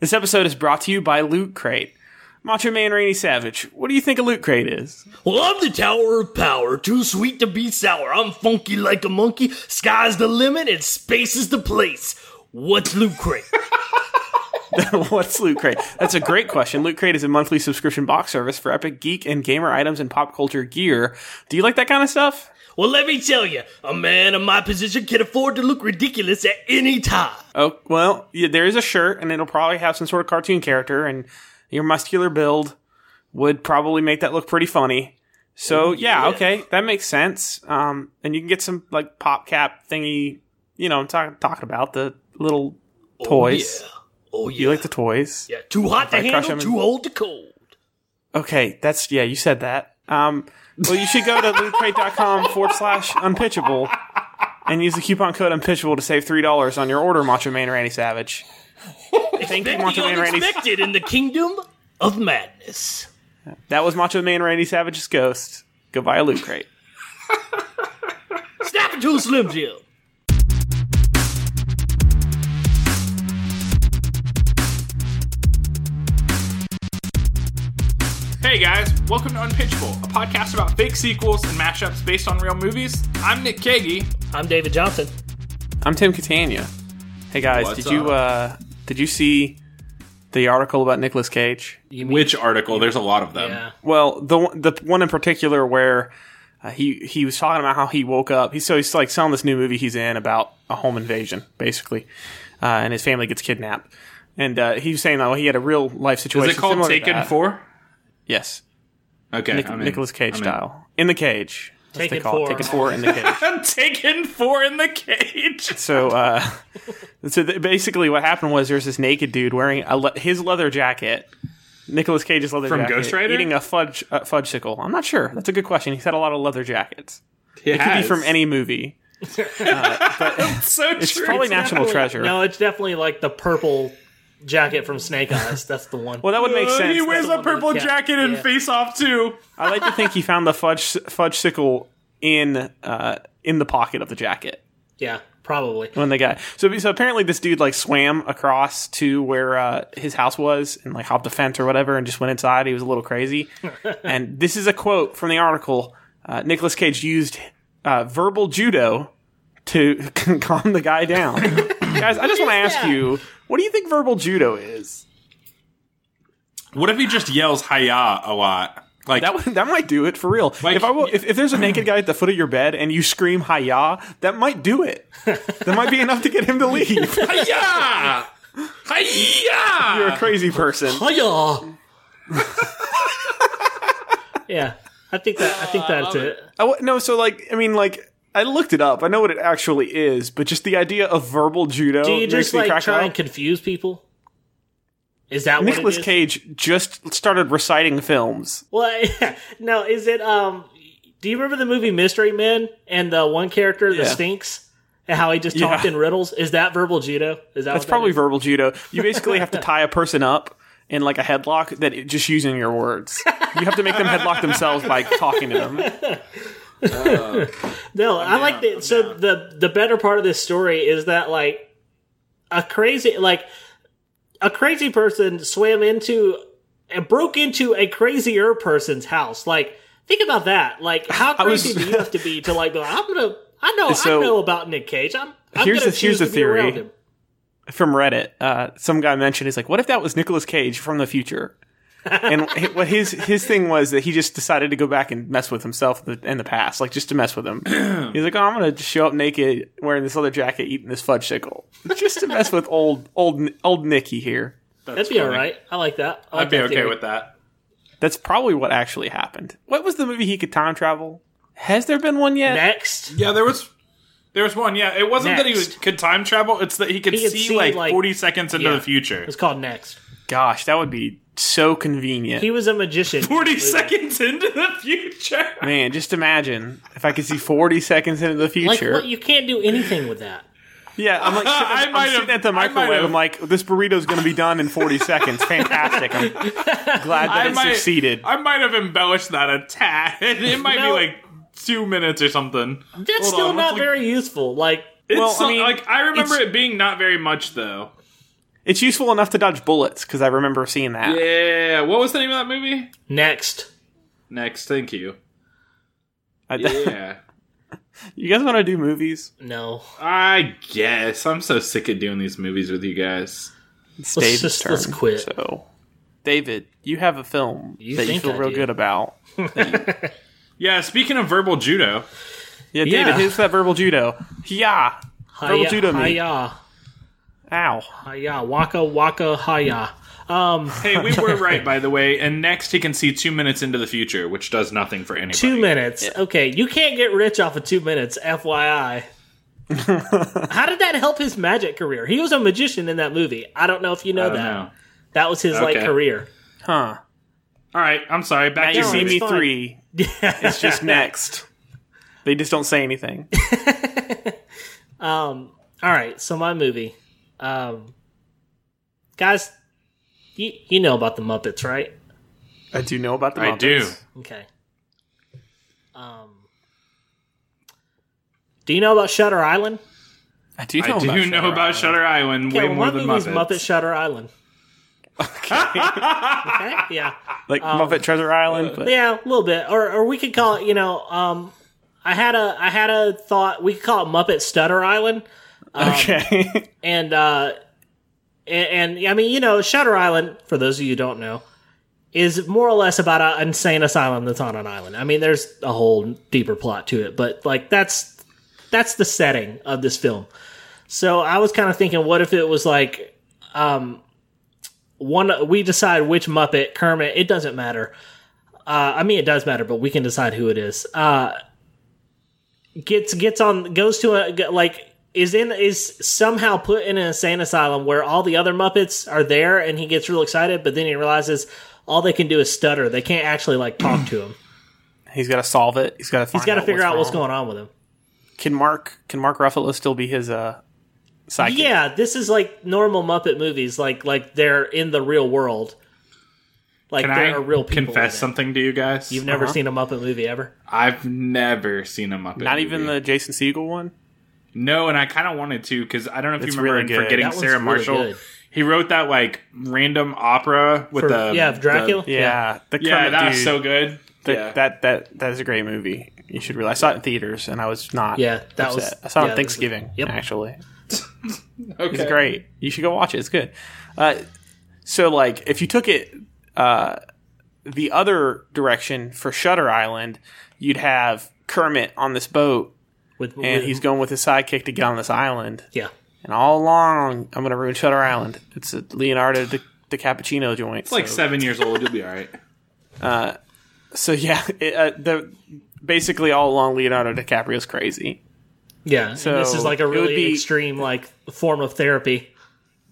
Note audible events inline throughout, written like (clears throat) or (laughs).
This episode is brought to you by Loot Crate. Macho Man Randy Savage, what do you think a Loot Crate is? (laughs) Well, I'm the Tower of Power, too sweet to be sour. I'm funky like a monkey, sky's the limit, and space is the place. What's Loot Crate? What's Loot Crate? That's a great question. Loot Crate is a monthly subscription box service for epic geek and gamer items and pop culture gear. Do you like that kind of stuff? well, let me tell you, a man of my position can afford to look ridiculous at any time. Oh, well, yeah, there is a shirt, and it'll probably have some sort of cartoon character, and your muscular build would probably make that look pretty funny. So, yeah, okay, that makes sense. Um, and you can get some, like, pop cap thingy, you know, I'm talk- talking about the little toys. Yeah. Oh, yeah. You like the toys? yeah. Too hot to I crush handle, him- too old to cold. Okay, that's yeah, you said that. Um, well, you should go to lootcrate.com forward slash unpitchable and use the coupon code unpitchable to save $3 on your order, Macho Man Randy Savage. Thank you, Expect Macho the Man Randy. unexpected in the kingdom of madness. That was Macho Man Randy Savage's ghost. Go buy a loot crate. Snap into a Slim Jim. Hey guys, welcome to Unpitchable, a podcast about fake sequels and mashups based on real movies. I'm Nick Kagi. I'm David Johnson. I'm Tim Catania. Hey guys, What's did you uh, did you see the article about Nicolas Cage? Which article? There's a lot of them. Yeah. Well, the one- the one in particular where uh, he he was talking about how he woke up. He's so he's like selling this new movie he's in about a home invasion, basically, uh, and his family gets kidnapped. And uh, he was saying that he had a real life Is situation. it called similar to Taken that. Four? Yes, Okay, Nic- I'm in. Nicolas Cage I'm in. style in the cage. That's what Taken they call it. Four. Taken Four in the cage. (laughs) Taken four in the cage. So, uh, so th- basically, what happened was there's this naked dude wearing a le- his leather jacket, Nicolas Cage's leather From jacket, Ghost Rider? eating a fudge uh, fudgesicle. I'm not sure. That's a good question. He's had a lot of leather jackets. It, Could has. be from any movie. So It's true. probably National Treasure. No, it's definitely like the purple jacket from Snake Eyes. That's the one. Well, that would make Uh, sense. he wears though. a purple Yeah. jacket and Yeah. Face Off too. I like to think he found the fudge fudgesicle in uh, in the pocket of the jacket. yeah, probably. when they got so so apparently this dude like swam across to where uh, his house was and like hopped a fence or whatever and just went inside. He was a little (laughs) crazy, and this is a quote from the article. Uh, Nicholas Cage used uh, verbal judo to (laughs) calm the guy (laughs) down. Guys, I just want to ask you, what do you think verbal judo is? What if he just yells "Hiya" a lot? Like That (laughs) would, that might do it for real. Like- if I will, if, if there's a naked guy at the foot of your bed and you scream "Hiya," that might do it. That might be enough to get him to (laughs) leave. "Hiya, You're Hiya." a crazy person. Hiya! yeah, I think that I think that's it. I w- no, so like I mean, like I looked it up. I know what it actually is, but just the idea of verbal judo Do you makes just me like crack try up. and confuse people? Is that what Nicolas it is? Cage just started reciting films. Well, (laughs) no, is it? Um, do you remember the movie Mystery Men and the one character that Yeah. stinks and how he just talked Yeah. in riddles? Is that verbal judo? Is That's that what that probably is? verbal judo. You basically (laughs) have to tie a person up in like a headlock that it, just using your words. You have to make them headlock themselves by talking to them. No, i like that. So the the better part of this story is that like a crazy like a crazy person swam into and broke into a crazier person's house. Like think about (laughs) that. Like how was- crazy do you have to be to like be like, I'm gonna I know So- I know about Nick Cage. I'm, I'm Here's gonna the- here's choose the to be around theory. him. From Reddit, uh, some guy mentioned he's like, "What if that was Nicolas Cage from the future?" (laughs) And hi- what his his thing was that he just decided to go back and mess with himself in the- in the past, like just to mess (clears throat) with him. He's like, oh, I'm gonna just show up naked, wearing this leather jacket, eating this fudge sickle, just to mess with old old old Nicky here. That'd be all right. I like that. I like I'd be that okay theory. with that. That's probably what actually happened. What was the movie he could time travel? Has there been one yet? Next, Yeah, there was. There was one. Yeah, it wasn't that he Next. was, could time travel. It's that he could, He could see, see, like, like- forty seconds into yeah. the future. it's called Next. Gosh, that would be so convenient. He was (laughs) a magician. Forty seconds into the future. Man, just imagine if I could see 40 seconds into the Like future. what? You can't do anything with that. Yeah, I'm (laughs) like sitting, I I'm might sitting have- at the I might microwave. have- I'm like, this burrito's going to be done in (laughs) 40 seconds. Fantastic. I'm glad that I it might- succeeded. I might have embellished that a tad. (laughs) It might No. be like two minutes or something. That's Hold still on, let's not look- very useful. Like It's Well, I some- mean, like I remember it's- it being not very much though. It's useful enough to dodge bullets because I remember seeing that. Yeah. What was the name of that movie? Next. Next. Thank you. I- Yeah. (laughs) you guys want to do movies? No. I guess I'm so sick of doing these movies with you guys. It's Let's David's just- turn. let's quit. So, David, you have a film You that you think feel I real do. good about. Yeah, speaking of verbal judo, Yeah, Yeah. David hits that verbal judo. Yeah. Verbal Hiya, judo me. hiya, Ow. hiya, waka waka hiya. Um, hey, we were right by the way. And next, he can see two minutes into the future, which does nothing for anybody. two minutes. Okay, you can't get rich off of two minutes, FYI. How did that help his magic career? He was a magician in that movie. I don't know if you know I that. don't know. That was his like Okay. career. Huh. All right, I'm sorry. Back Now to you your see movie. me fine. (laughs) three. It's just next. They just don't say (laughs) anything. All right, so my movie, um, guys, you you know about the Muppets, right? I do know about the I Muppets. do. Okay. Um, do you know about Shutter Island? I do know I do about know about Shutter Island Yeah, way well, more my than movie's Muppets. Muppet Shutter Island. (laughs) Okay. (laughs) Yeah. Like Muppet Treasure Island. But Um, Yeah, a little bit, or or we could call it, you know, um, I had a I had a thought we could call it Muppet Stutter Island, Um, Okay. (laughs) and uh, and, and I mean, you know, Shutter Island for those of you who don't know is more or less about an insane asylum that's on an island. I mean, there's a whole deeper plot to it, but like that's that's the setting of this film. So I was kind of thinking, what if it was like um, one we decide which Muppet Kermit? It doesn't matter. Uh, I mean, it does matter, but we can decide who it is. Uh, gets gets on goes to a g- like is in is somehow put in an insane asylum where all the other Muppets are there, and he gets real excited, but then he realizes all they can do is stutter. They can't actually like talk to him. He's got to solve it. He's got to. He's got to figure out what's going on with him. Can Mark? Can Mark Ruffalo still be his uh? Sidekick? Yeah, this is like normal Muppet movies, like like they're in the real world. Like Can there I are real people. confess in it. something Uh-huh. to you guys? You've never seen a Muppet movie ever. I've never seen a Muppet. Not even movie. the Jason Siegel one. No, and I kind of wanted to because I don't know if It's you remember really in good. Forgetting That one's Sarah really Marshall. good. He wrote that like random opera with For- the yeah, Dracula. the- Yeah, the yeah, Kermit that's dude. so good. The- yeah. That that that is a great movie. You should realize. I saw it in theaters, and I was not. Yeah, upset. that was- I saw yeah, it that on was- Thanksgiving. yep. actually, okay. it's great. You should go watch it. It's good. Uh, so, like, if you took it uh, the other direction for Shutter Island, you'd have Kermit on this boat, With and with- he's going with his sidekick to get on this island. yeah. And all along, I'm going to ruin Shutter Island. It's a Leonardo Di, DiCappuccino joint. It's like so- seven years old. You'll be all right. So yeah, (laughs) it, uh, the basically all along Leonardo DiCaprio's crazy. Yeah, and So, this is like a it would really be- extreme like form of therapy.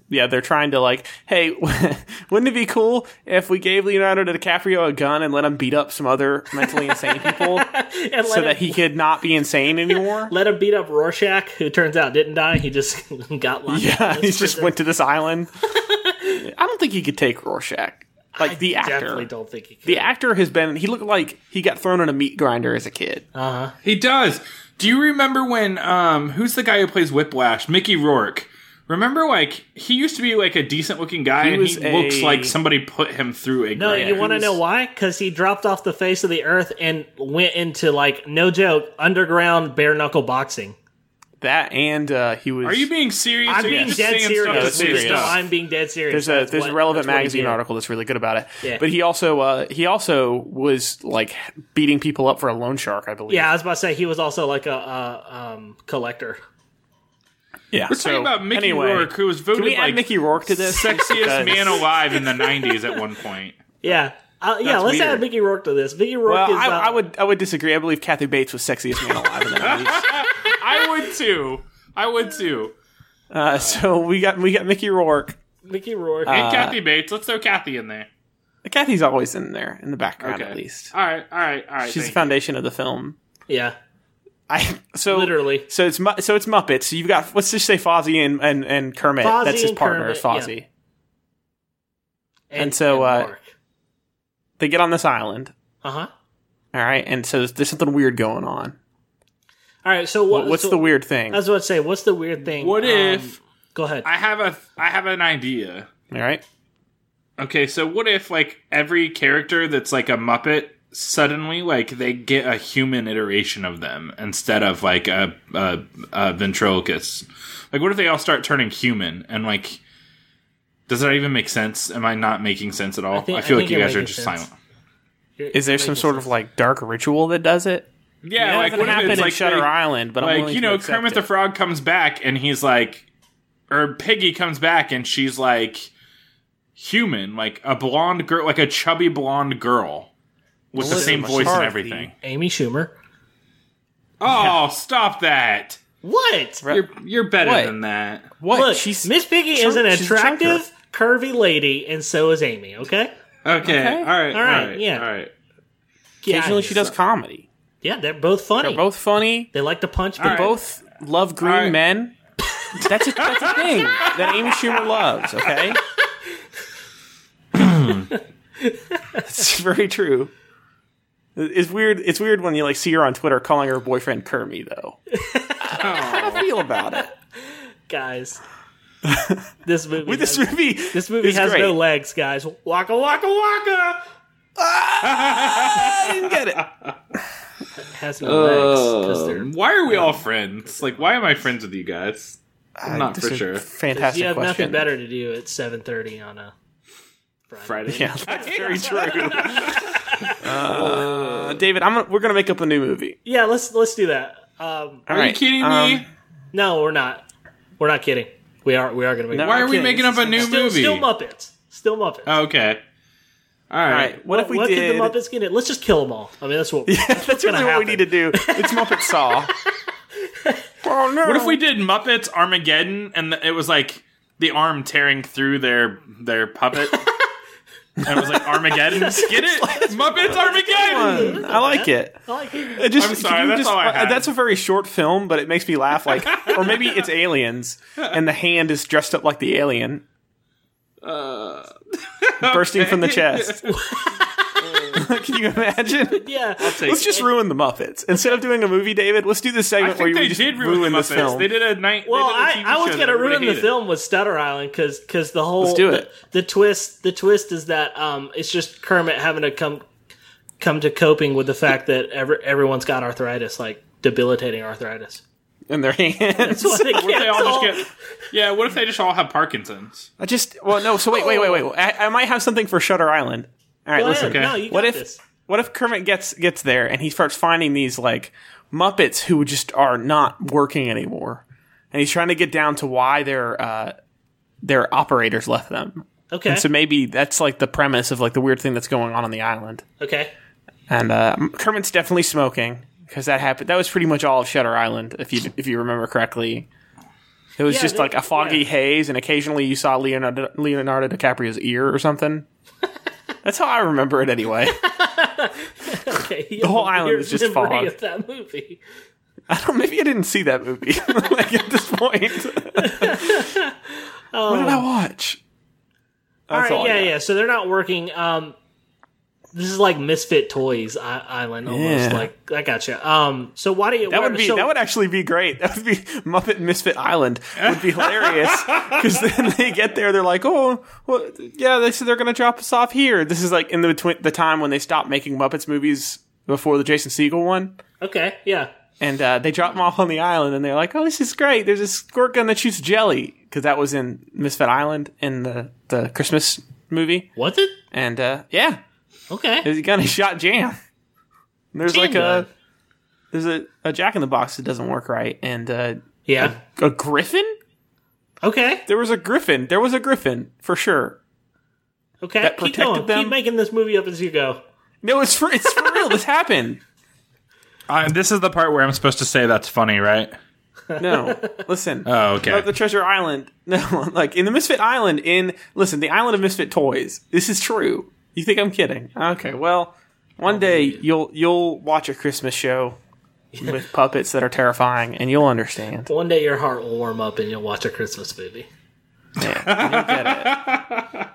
Yeah, they're trying to like, hey, (laughs) wouldn't it be cool if we gave Leonardo DiCaprio a gun and let him beat up some other mentally insane people And so (laughs) let, that him, he could not be insane anymore? let him beat up Rorschach, who turns out didn't die. He just (laughs) got locked. (laughs) Yeah, up in he his just prison. went to this (laughs) island. I don't think he could take Rorschach. Like the Definitely actor, don't think he. Could. the actor has been. He looked like he got thrown in a meat grinder as a kid. Oh. He does. Do you remember when um who's the guy who plays Whiplash? Mickey Rourke. Remember like he used to be like a decent looking guy and was he a- looks like somebody put him through a No, grinder. you want to know why? Because he dropped off the face of the earth and went into like no joke underground bare knuckle boxing. That and uh, he was. Are you being serious? I'm Are you being just dead saying stuff to serious. say serious. No, stuff? I'm being dead serious. There's a That's there's what- a relevant that's what he magazine did. article that's really good about it. Yeah. But he also uh, he also was like beating people up for a loan shark, I believe. Yeah, I was about to say he was also like a uh, um, collector. yeah. We're talking about Mickey anyway, Rourke, who was voted Can we like add Mickey Rourke to this? sexiest Because- man alive in the '90s at one point. Yeah, uh, yeah. That's Let's weird. add Mickey Rourke to this. Mickey Rourke Well, is. I, uh, I would I would disagree. I believe Kathy Bates was sexiest man alive in the (laughs) 90s. I would too. I would too. Uh, so we got we got Mickey Rourke. Mickey Rourke. Uh, And Kathy Bates. Let's throw Kathy in there. Kathy's always in there in the background Okay. at least. All right. All right. All right. She's the thank foundation of the film. yeah, I so literally. so it's Mu- so it's Muppets. So you've got let's just say Fozzie and and, and Kermit. Fozzie That's his and partner, Kermit, is Fozzie. yeah. And so, uh, They get on this island. uh huh. All right, and so there's something weird going on. All right. So what, What's so- the weird thing? I was about to say, what's the weird thing? you. What Um, if Go ahead. I have a I have an idea. All right. Okay, so what if like every character that's like a Muppet suddenly like they get a human iteration of them instead of like a, a, a ventriloquist? Like, what if they all start turning human and like? Does that even make sense? Am I not making sense at all? I, think- I feel like think you you're guys are making just sense. silent. Is there some sort of like dark ritual that does it? Yeah, It like doesn't what if happen it's in like Shutter they- Island, but I'm like willing you to know accept kermit it. the frog comes back and he's like or piggy comes back and she's like human like a blonde girl like a chubby blonde girl with the Melissa same voice and McCarthy. everything Amy Schumer. oh stop that What? you're you're better What? than that What? Look, she's Miss Piggy is an chunk- she's a chunker. attractive, curvy lady, and so is Amy. Okay. okay, all right all right yeah. all right Yeah, occasionally she does comedy. Yeah, they're both funny. They're both funny. they like to punch. They people. both love green Alright. men. That's a, that's (laughs) a thing that Amy Schumer loves. Okay. (clears throat) That's very true. It's weird. It's weird when you like see her on Twitter calling her boyfriend Kermit, though. How do I feel about it? (laughs) guys. this movie. With this has, movie, this movie is has great. no legs, guys. Waka waka waka. Ah, I didn't get (laughs) it. Has no legs 'cause they're- Um, why are we all friends like why am i friends with you guys i'm not This for is a sure Fantastic you have question. nothing better to do at seven thirty on a. friday (laughs) Yeah, that's very true. Uh, David, I'm gonna, we're gonna make up a new movie. Yeah, let's let's do that. Um, All are you right, kidding um, me no, we're not. We're not kidding. We are we are going to make No, why are we kidding. making up a new still, movie still Muppets. Still Muppets. okay all All right right, what if Uh, we what did? could the Muppets get? In? Let's just kill them all. I mean, that's what. that's that's what's gonna really what we happen. need to do. It's Muppet (laughs) Saw. oh no! What if Um, we did Muppets Armageddon and the, it was like the arm tearing through their their puppet? (laughs) and it was like Armageddon. Get it? Muppets Armageddon. I like it. I (laughs) like it. It just, I'm sorry, can you that's all I uh, had. That's a very short film, but it makes me laugh. (laughs) Like, or maybe it's aliens, and the hand is dressed up like the alien, Uh, (laughs) bursting from the chest. (laughs) Uh, Can you imagine? (laughs) Yeah, Let's just ruin the Muppets instead of doing a movie, David. Let's do this I segment where think we they just did ruin, the this Muppets. film. They did a night. Well, they I, did a TV I was show going to that ruin the hated. film with Stutter Island because the whole do the, it. the twist the twist is that um it's just Kermit having to come come to coping with the fact that every, everyone's got arthritis like debilitating arthritis. in their (laughs) hands. That's why they What if they all cancel. just get? Yeah. What if they just all have Parkinson's? I just well, no. So wait, wait, wait, wait. Oh. I, I might have something for Shutter Island. All right, Go listen. ahead. No, you got What if this. what if Kermit gets gets there and he starts finding these like Muppets who just are not working anymore, and he's trying to get down to why their uh, their operators left them. Okay. So maybe that's like the premise of like the weird thing that's going on on the island. okay. (laughs) And uh, Kermit's definitely smoking because that happened. That was pretty much all of Shutter Island, if you if you remember correctly. It was Yeah, just they- like a foggy yeah. haze, and occasionally you saw Leonardo, Leonardo DiCaprio's ear or (laughs) something. That's how I remember it anyway. Okay. The whole island is just fog. Of that movie. I (laughs) don't, maybe I didn't see that movie (laughs) like at this point. (laughs) what did I watch? That's Oh. all right. I Yeah. got. Yeah. So they're not working. Um, this is like Misfit Toys I- Island almost. Yeah. Like I gotcha. Um. So why do you? That would be that would actually be great. That would be Muppet Misfit Island would be hilarious (laughs) because then they get there, they're like, oh, well, yeah, they said they're gonna drop us off here. This is like in the between the time when they stopped making Muppets movies before the Jason Segel one, okay. Yeah. and uh, they drop them off on the island, and they're like, oh, this is great. There's a squirt gun that shoots jelly because that was in Misfit Island in the the Christmas movie, Was it? and uh, yeah, Okay. there's a gun that shot jam. And There's Jam like gun. a there's a, a Jack in the Box that doesn't work right, and uh, yeah. a griffin? Okay. There was a griffin. There was a griffin for sure. Okay. that keep protected going. them. Keep making this movie up as you go. No, it's for it's for real. This happened. Uh, this is the part where I'm supposed to say that's funny, right? No, listen. Oh, okay. About the Treasure Island. (laughs) No, like in the Misfit Island. In listen, the Island of Misfit Toys. This is true. You think I'm kidding? Okay. Well, one day you'll you'll watch a Christmas show with puppets that are terrifying, and you'll understand. One day your heart will warm up and you'll watch a Christmas movie. (laughs)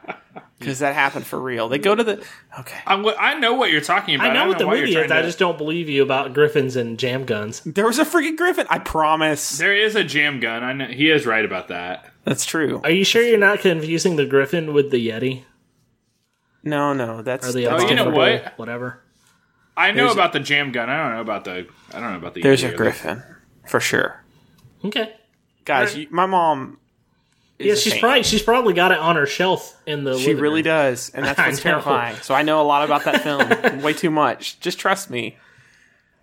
Because that happened for real. They go to the okay. I, I know what you're talking about. I know don't what the why movie you're is. trying I to- just don't believe you about griffins and jam guns. There was a freaking griffin. I promise. There is a jam gun. I know he is right about that. That's true. Are you sure you're not confusing the Griffin with the Yeti No, no, that's or the that's abominable you know what? whatever? I know about the jam gun. I don't know about the. I don't know about the. there's a Yeti or the- griffin for sure, Okay. guys. You, my mom. Is Yeah, a she's saint. probably she's probably got it on her shelf in the. She living really room. does, and that's (laughs) I what's know. terrifying. So I know a lot about that film, (laughs) way too much. Just trust me.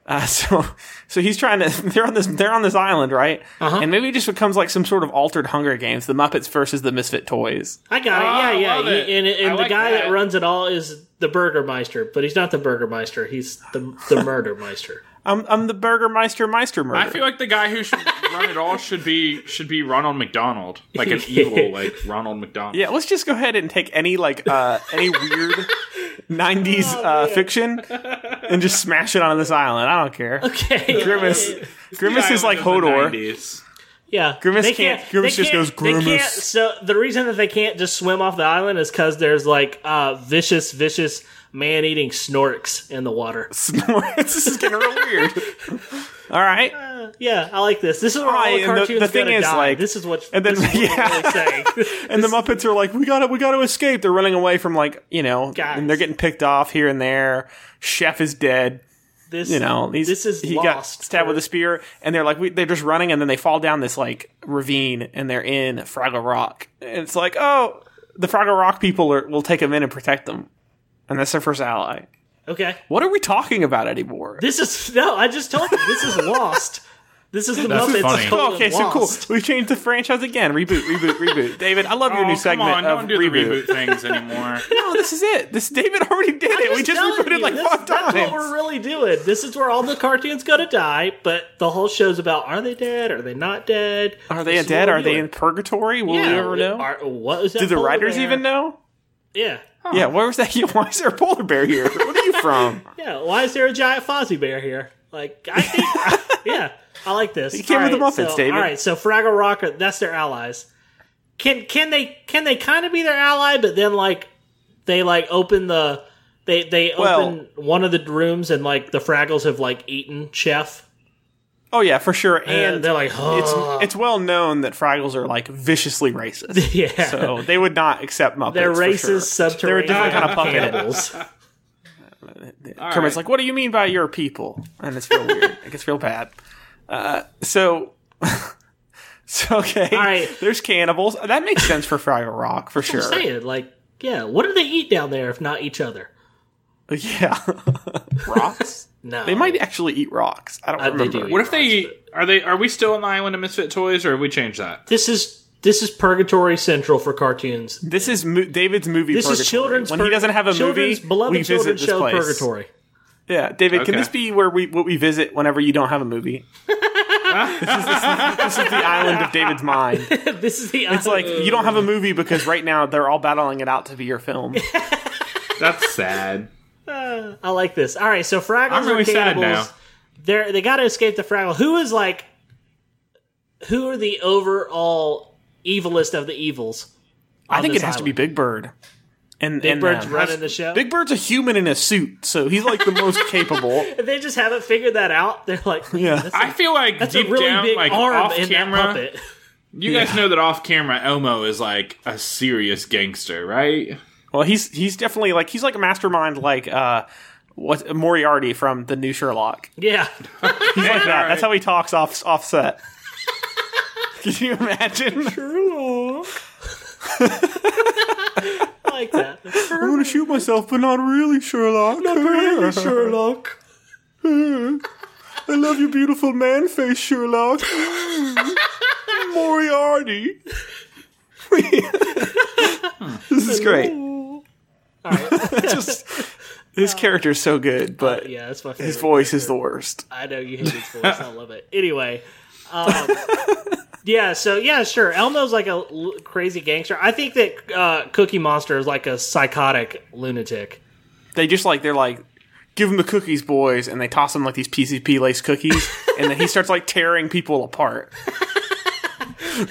Uh, (laughs) so, so he's trying to. (laughs) They're on this. They're on this island, right? Uh-huh. And maybe it just becomes like some sort of altered Hunger Games: the Muppets versus the Misfit Toys. I got Oh, I it. Yeah, love yeah. it. He- and I and the like guy that. that. runs it all is the Burgermeister, but he's not the Burgermeister. He's the (laughs) the Murdermeister. I'm I'm the Burgermeister Meister Murder. I feel like the guy who should run it all should be should be Ronald McDonald, (laughs) like an evil like Ronald McDonald. yeah, let's just go ahead and take any like uh any weird (laughs) '90s Oh, uh, fiction and just smash it on this island. I don't care. Okay. Grimace, Grimace is like Hodor. Yeah. Grimace They can't- Grimace they just goes, they can't- "Grimace." so the reason that they can't just swim off the island is because there's like uh, vicious, vicious man eating snorks in the water. Snorts. (laughs) this is getting real (laughs) weird. All right. Ah, Yeah, I like this. This is where Right, all the Oh, and the- cartoons the thing gotta is, die. like- this is what and then- this is what yeah. we're (laughs) really saying. And the Muppets are like, we gotta, we gotta escape. They're running away from like, you know, Guys. and they're getting picked off here and there. Chef is dead. This You know, he's, this is he got lost. stabbed with a spear, and they're like, we, they're just running, and then they fall down this like ravine, and they're in Fraggle Rock. And it's like, oh, the Fraggle Rock people are, will take them in and protect them, and that's their first ally. okay. What are we talking about anymore? This is no. I just told you this is lost. This is the That's Muppets. funny. total okay, so cool. lost. We changed the franchise again. Reboot, (laughs) reboot, reboot. David, I love Oh, your new come segment on, of don't do reboot. the reboot (laughs) things anymore. No, this is it. This David already did it. we just telling rebooted you, like this- five That's what times. we're really doing. This is where all the cartoons go to die, but the whole show's about are they dead? Are they not dead? Are they This is dead? what we're Are they doing. in purgatory? Will we Yeah, ever know? Are, what was that do the polar writers bear? even know? Yeah. Yeah, where was that? (laughs) Why is there a polar bear here? What are you (laughs) from? Yeah. Why is there a giant Fozzie Bear here? Like, I (laughs) think, yeah, I like this. You came with the Muppets, so, David. All right, so Fraggle Rock, are- that's their allies. Can can they can they kind of be their ally, but then like they like open the they they open one of the rooms and like the Fraggles have like eaten Chef oh yeah, for sure. And and they're like, it's oh, it's well known that Fraggles are like viciously racist. (laughs) yeah, So they would not accept Muppets. they're for sure. racist They're a subterranean different kind of puppet. (laughs) cannibals. Kermit's like, "What do you mean by your people?" And it's real (laughs) weird. It gets real bad. Uh, so, (laughs) so okay. All right. There's cannibals. That makes sense for Fraggle Rock for sure. I'm saying like, yeah, what do they eat down there if not each other? (laughs) Yeah. rocks? No, They might actually eat rocks. I don't Uh, they remember. do. What if they are they are we still on the island of misfit toys or have we changed that? This is this is purgatory central for cartoons. This is mo- David's movie. This purgatory. is children's. When pur- he doesn't have a children's movie, beloved we visit children's this show place. purgatory. (laughs) Yeah, David, can Okay. this be where we what we visit whenever you don't have a movie? this, is, this is the island of David's mind. It's this is the. It's like you don't have a movie because right now they're all battling it out to be your film. That's sad. I like this. All right, so Fraggles I'm really are sad cannibals. now. They're they got to escape the Fraggle. Who is like? Who are the overall evilest of the evils? I think this it has to be island. Big Bird. And Big and, Bird's uh, running the show. Big Bird's a human in a suit, so he's like the (laughs) most capable. If they just haven't figured that out, they're like, Yeah. that's, I feel like that's deep a really down, big like arm off in that camera, puppet. (laughs) you guys know that off camera Elmo is like a serious gangster, (laughs) right? Well, he's he's definitely like he's like a mastermind, like uh, what Moriarty from the new Sherlock. Yeah, He's like that. Alright. That's how he talks off (laughs) offset. Can you imagine? (laughs) I (laughs) like that. I'm gonna shoot myself, but not really, Sherlock. Not really, Sherlock. I love your beautiful man face, (laughs) Sherlock. Moriarty. Hmm. this is great. All (laughs) right, Just his character is so good, but yeah, that's my favorite. his voice is the worst. I know you hate his voice. I love it. Anyway, (laughs) um, yeah. So yeah, sure. Elmo's like a l- crazy gangster. I think that uh, Cookie Monster is like a psychotic lunatic. They just like they're like, give him the cookies, boys, and they toss him like these PCP lace cookies, and then he starts like tearing people apart.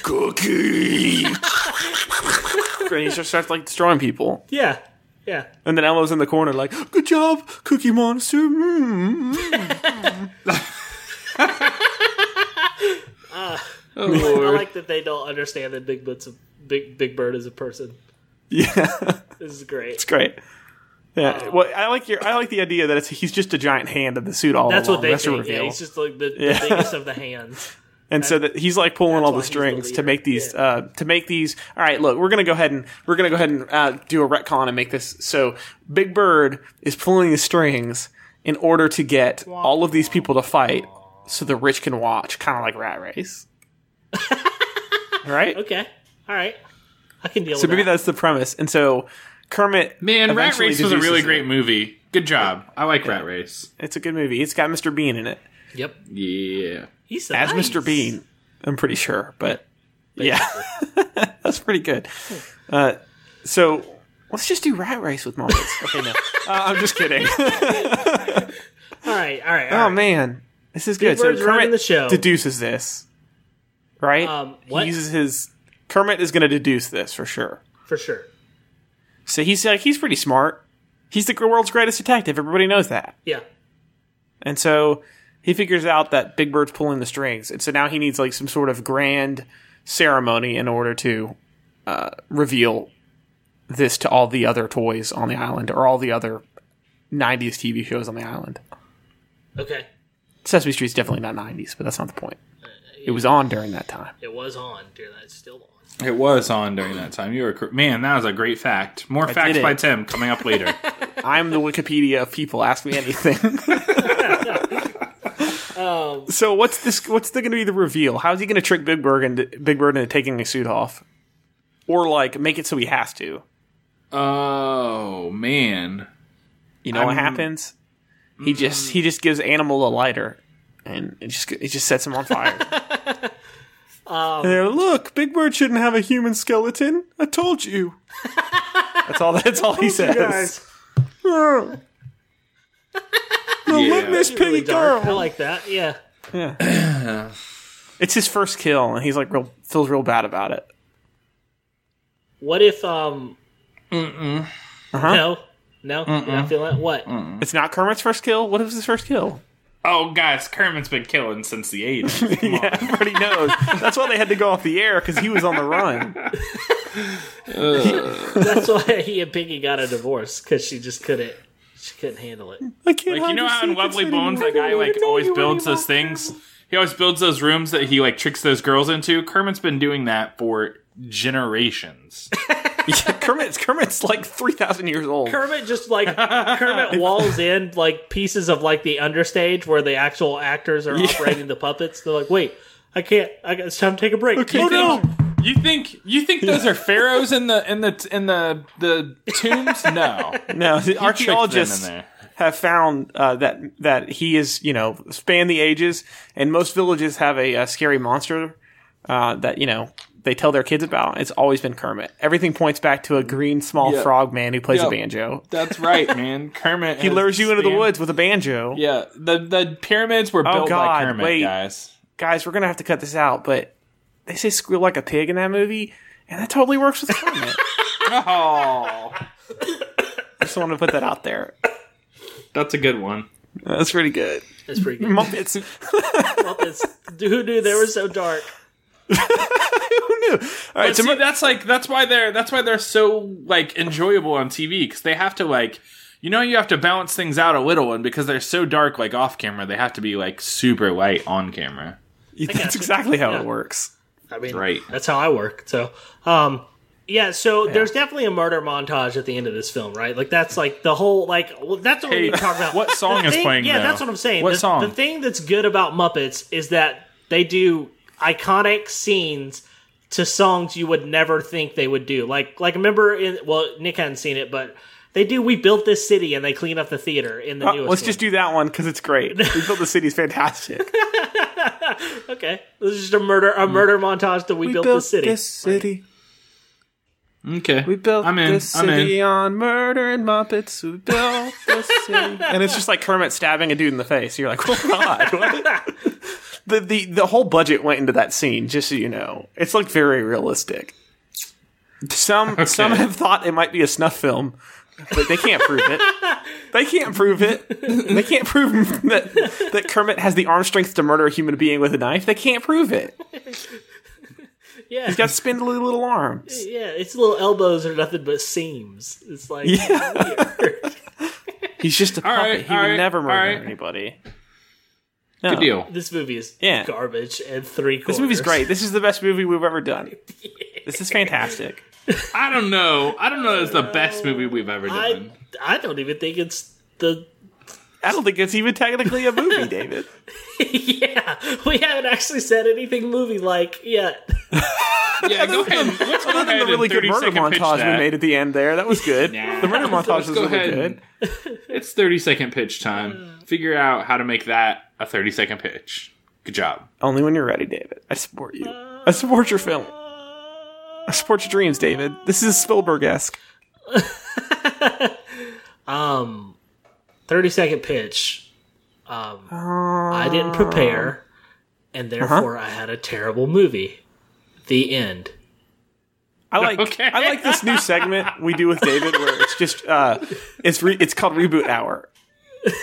Cookie. and he just starts like destroying people, Yeah, yeah. and then Elmo's in the corner like, good job, Cookie Monster. (laughs) Mm. Oh I lord. like that they don't understand that Big Bird's a, Big Big Bird is a person. Yeah, This is great. it's great. Yeah, well, I like your I like the idea that it's he's just a giant hand in the suit all That's along. what they That's a think. Yeah, reveal. he's just like the, Yeah. the biggest of the hands. and so that he's like pulling all why the he's the strings to leader. make these Yeah. uh, to make these all right look we're gonna go ahead and we're gonna go ahead and uh, do a retcon and make this so big bird is pulling the strings in order to get all of these people to fight so the rich can watch kind of like rat race right Okay, all right, I can deal so with maybe that. that's the premise and so kermit Man, Rat eventually Race was a really deduces- great movie. Good job. I like Rat Race. it's a good movie it's got mr bean in it Yep, Yeah. he's as nice. Mr. Bean. I'm pretty sure, but yeah, (laughs) that's pretty good. Uh, so let's just do Rat Race with (laughs) Muppets. Okay, no, uh, I'm just kidding. All right, all right, all oh right. man, this is good. Bird's so running Kermit the show. deduces this, right? Um, He what? uses his Kermit is going to deduce this for sure. for sure. So he's like he's pretty smart. He's the world's greatest detective. Everybody knows that, Yeah, and so he figures out that Big Bird's pulling the strings, and so now he needs like some sort of grand ceremony in order to uh, reveal this to all the other toys on the island or all the other 90s TV shows on the island. okay, Sesame Street's definitely not 90s, but that's not the point. It was on during that time. it was on. Dear, that's still on. It was on during that time. You were cor- man. That was a great fact. More facts did it. by Tim coming up (laughs) later. I'm the Wikipedia of people. Ask me (laughs) anything. Um, so what's this? What's going to be the reveal? How is he going to trick Big Bird into Big Bird into taking his suit off, or like make it so he has to? oh man. You know what happens? He just he just gives Animal a lighter, and it just it just sets him on (laughs) fire. Um, And they're, Look, Big Bird shouldn't have a human skeleton. I told you. that's all. That's all he says. "Oh, Yeah. Miss Piggy Really dark. I Girl. like that. Yeah. It's his first kill, and he's like real feels real bad about it. What if um? No, no, you're not feeling it? what? Hmm. It's not Kermit's first kill. What was his first kill? Oh guys, Kermit's been killing since the eighties. (laughs) Yeah, everybody knows. That's why they had to go off the air because he was on the (laughs) run. That's why he and Piggy got a divorce because she just couldn't. She couldn't handle it. I can't Like you know how in Lovely Bones that guy like always builds (laughs) those things. He always builds those rooms that he like tricks those girls into. Kermit's been doing that for generations. Kermit's Kermit's like three thousand years old. Kermit just (laughs) like Kermit walls in like pieces of like the understage where the actual actors are operating the puppets. They're like, wait, I can't. I got, it's time to take a break. You think- You think you think those are pharaohs in the in the in the the tombs? No, No, the He tricked them archaeologists in there. have found uh, that that he is you know span the ages, and most villages have a, uh scary monster uh, that you know they tell their kids about. It's always been Kermit. Everything points back to a green small Yeah. frog man who plays Yeah. a banjo. That's right, man. Kermit. He lures you into the woods with a banjo. Yeah, the the pyramids were built God, by Kermit, wait. guys. Guys, we're gonna have to cut this out, but they say squeal like a pig in that movie, and that totally works with (laughs) Kermit. Oh, I just wanted to put that out there. that's a good one. That's pretty (laughs) good. That's pretty (laughs) good. Muppets. Puppets. Who knew they were so dark? Who knew? All right, But so see, that's like that's why they're that's why they're so like enjoyable on TV because they have to like you know you have to balance things out a little and because they're so dark like off camera they have to be like super light on camera. that's gotcha. exactly how Yeah. it works. I mean, Right. That's how I work. So, um, yeah. So there's definitely a murder montage at the end of this film, right? Like that's like the whole like well, that's what we Hey, need to talk about. what song The is thing- playing Yeah, now? that's what I'm saying. What the, song? The thing that's good about Muppets is that they do iconic scenes to songs you would never think they would do. Like like remember in well Nick hadn't seen it, but. They do. We built this city, and they clean up the theater in the Uh, newest. let's one. just do that one because it's great. We built the city's fantastic. okay. This is just a murder, Mm. a murder montage that we, (laughs) built, the city. city. Okay, We built I'm in. this I'm city in. on murder and Muppets. We built (laughs) this city. and it's just like Kermit stabbing a dude in the face. You're like, (laughs) oh god. what?" (laughs) the, the the whole budget went into that scene. Just so you know, it's (laughs) like very realistic. Some some have thought it might be a snuff film. But they can't prove it. They can't prove it. They can't prove (laughs) that that Kermit has the arm strength to murder a human being with a knife. They can't prove it. Yeah, He's got spindly little arms. yeah, its little elbows are nothing but seams. It's like Yeah. He's just a puppet. right, he all would right, never all murder right. anybody. Good deal. this movie is Yeah. garbage and three. Quarters. This movie's great. This is the best movie we've ever done. This is fantastic. I don't know. I don't know. It's the best movie we've ever I done. (laughs) I don't even think it's the I don't think it's even technically a (laughs) movie, David. yeah. (laughs) We haven't actually said anything movie like yet. yeah, go ahead. Let's go Other ahead than the really and good 30 murder second pitch montage we that. made at the end there, that (laughs) was good. The murder montage was Go really ahead. good. (laughs) It's 30 second pitch time. Figure out how to make that a 30 second pitch. Good job. Only when you're ready, David. I support you. I support your film. I support your dreams, David. This is Spielberg esque. Um, thirty second pitch. Um, I didn't prepare, and Uh-huh. therefore I had a terrible movie. The end. I like Okay. I like this new segment we do with David where it's just uh it's re- it's called reboot hour.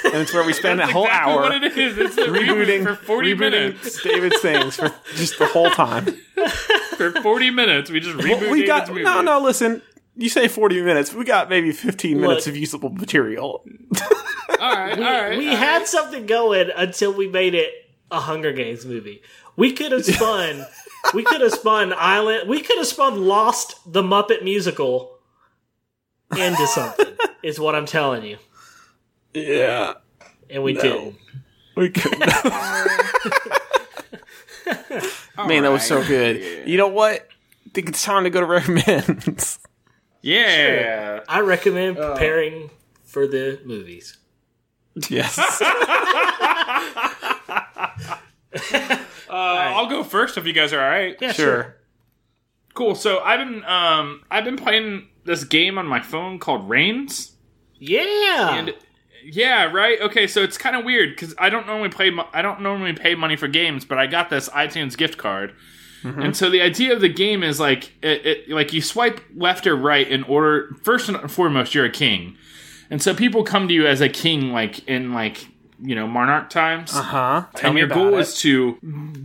And it's where we spend that whole exactly hour what it is. It's a rebooting reboot for 40 rebooting minutes. (laughs) David's things for just the whole time. For 40 minutes, we just reboot we got David's no movie. no listen you say 40 minutes we got maybe 15 minutes Look. of usable material All right, all right. we all right. had something going until we made it a Hunger Games movie. We could (laughs) have spun. we could have spun Island. We could have spun Lost the Muppet musical (laughs) into something. is what I'm telling you, yeah and we didn't. we (laughs) could (laughs) man that was so good you know what I think it's time to go to recommends (laughs) Yeah. I recommend Oh. preparing for the movies. yes Uh, I'll go first if you guys are all right. Yeah, sure Cool. So I've been um I've been playing this game on my phone called Reigns. Yeah. And yeah, right. Okay, so it's kind of weird because I don't normally play. mo- I don't normally pay money for games, but I got this iTunes gift card, Mm-hmm. and so the idea of the game is like it, it like you swipe left or right in order. First and foremost, you're a king, and so people come to you as a king, like in like you know monarch times. huh Uh, tell and me your about goal it. is to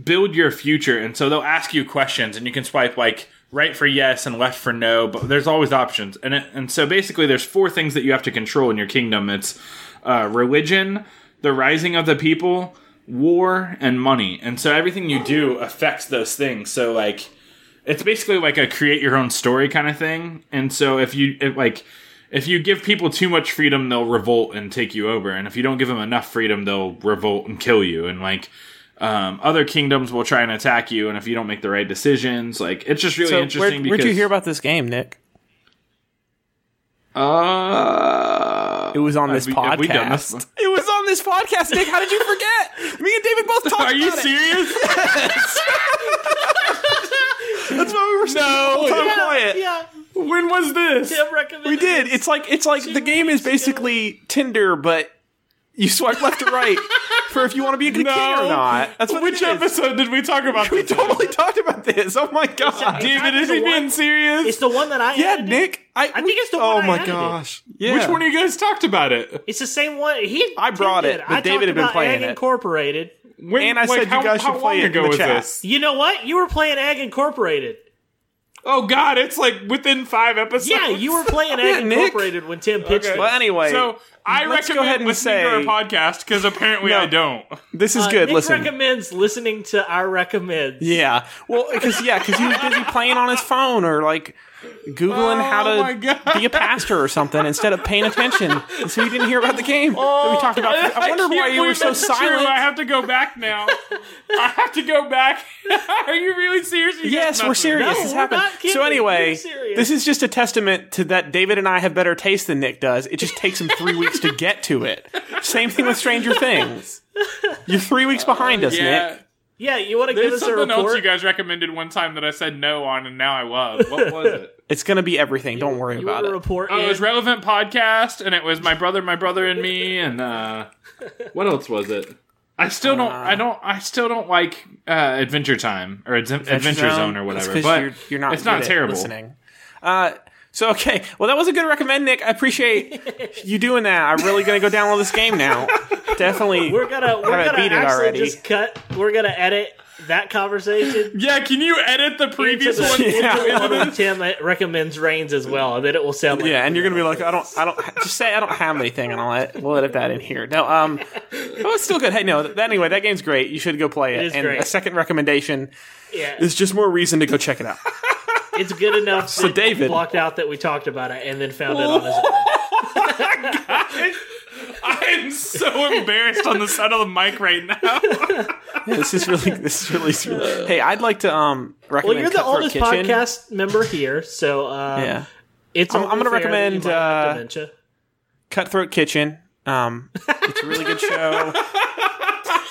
build your future and so they'll ask you questions and you can swipe like right for yes and left for no but there's always options and it, and so basically there's four things that you have to control in your kingdom it's uh, religion the rising of the people war and money and so everything you do affects those things so like it's basically like a create your own story kind of thing and so if you if like if you give people too much freedom they'll revolt and take you over and if you don't give them enough freedom they'll revolt and kill you and like um, other kingdoms will try and attack you and if you don't make the right decisions like it's just really so where, interesting where'd because you hear about this game nick uh, it was on this we- podcast have we done this? it was on this podcast nick how did you forget me and david both talked are you about it. serious (laughs) that's why we were so, so quiet Yeah. when was this Tim recommended. We did. It's like it's like the game is basically Tinder, but you swipe left to right for if you want to be a good king or not. That's what it is. which (laughs) episode did we talk about We this? totally talked about this. Oh my god, (laughs) david is he The one- being serious It's the one that I. Yeah, edited. Nick. I, think it's the Oh one I my edited. gosh. Yeah. which one of you guys talked about it It's the same one. He. I brought Tim it, did. but I David had talked been about playing Egg it. Incorporated. When- And I like, said how, you guys how should long play it ago in the was chat. this You know what? You were playing Egg Incorporated. Oh God, it's like within five episodes. (laughs) Yeah, you were playing Egg Nick. Incorporated when Tim pitched Okay. it. Well, anyway, (laughs) So I let's go recommend ahead and listening to our say- podcast because apparently No. I don't. this is Uh, good. Nick Listen. recommends listening to our recommends. yeah. Well, because yeah, because he was busy playing on his phone or like googling how Oh my to God. be a pastor or something instead of paying attention, and so he didn't hear about the game that we talked about. I wonder Oh, can't why (laughs) you were believe so that's True. silent. I have to go (laughs) back now. I have to go back. (laughs) Are you really serious? You got Yes, we're nothing. serious. No, this we're happened. not kidding. So We're anyway, serious. this is just a testament to that David and I have better taste than Nick does. It just takes him three weeks to get to it. Same thing with Stranger Things. You're three weeks behind us, Yeah. Nick. Yeah, you want to give There's us a something else report? you guys recommended one time that I said no on, and now I love. What was it? It's gonna be everything. Don't worry you about want a it. report? Oh, it in? was relevant podcast, and it was my brother, my brother, and (laughs) me, and uh, what else was it? I still don't. I Uh, don't. I still don't like uh, Adventure Time or Adventure, Adventure Zone, or It's whatever. 'cause But you're, you're not. it's not good at terrible. Listening. Uh, So okay, well that was a good recommend, Nick. I appreciate you doing that. I'm really gonna go download this game now. Definitely, We're (laughs) gonna we're I gonna beat it actually already. just cut. We're gonna edit that (laughs) conversation. Yeah, can you edit the into previous the, (laughs) (laughs) one? Yeah. into the one where Tim recommends Reigns as well, and then it will sound like yeah. And you're gonna be like, I don't, I don't. Just say I don't have anything, and I'll let we'll edit that in here. No, um, oh, it's still good. Hey, no. That, anyway, that game's great. You should go play it. is and great. a second recommendation yeah. is just more reason to go check it out. It's good enough. So David- blocked out that we talked about it, and then found it on his own. I'm so embarrassed on the side of the mic right now. this is really, this is really. it's really- hey, I'd like to um recommend. Well, (laughs) you're the Cutthroat oldest Kitchen. podcast member here, so uh, Yeah. it's. I'm- I'm only gonna fair that you recommend, might have uh, dementia. Cutthroat Kitchen. Um, it's a really good show.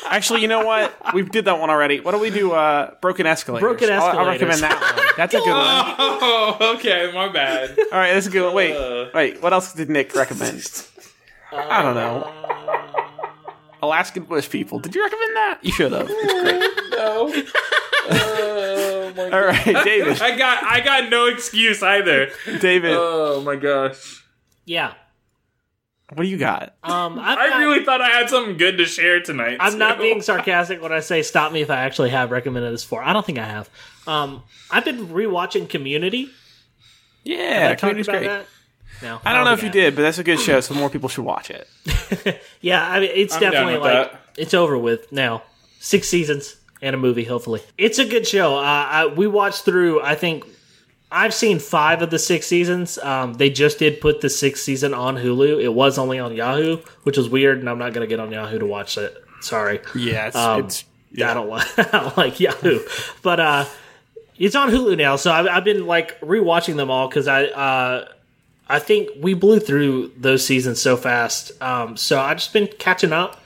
Actually, you know what? We did that one already. Why don't we do uh, Broken Escalators? Broken I'll- I'll, Escalators. recommend that one. That's a good one. (laughs) Oh, okay, my bad. All right, that's a good one. Wait, wait. What else did Nick recommend? I don't know. Alaskan Bush People. Did you recommend that? You should have. It's great. No. Oh my (laughs) All right, David. I got I got no excuse either. David, Oh my gosh. Yeah. what do you got? Um, I'm I not, really thought I had something good to share tonight. I'm not so- being sarcastic when I say stop me if I actually have recommended this for. I don't think I have. Um, I've been rewatching Community. Yeah, I talked Community's about great. that. No, I don't know if you think did, but that's a good show, so more people should watch it. I have. Yeah, I mean, it's down definitely with like that. it's over with now. Six seasons and a movie, hopefully. It's a good show. Uh, I, we watched through. I think I've seen five of the six seasons. Um, they just did put the sixth season on Hulu. It was only on Yahoo, which was weird, and I'm not going to get on Yahoo to watch it. Sorry. Yeah, it's, it's I don't (laughs) like I don't like Yahoo, but uh, it's on Hulu now. So I've, I've been like rewatching them all because I uh, I think we blew through those seasons so fast. Um, so I've just been catching up.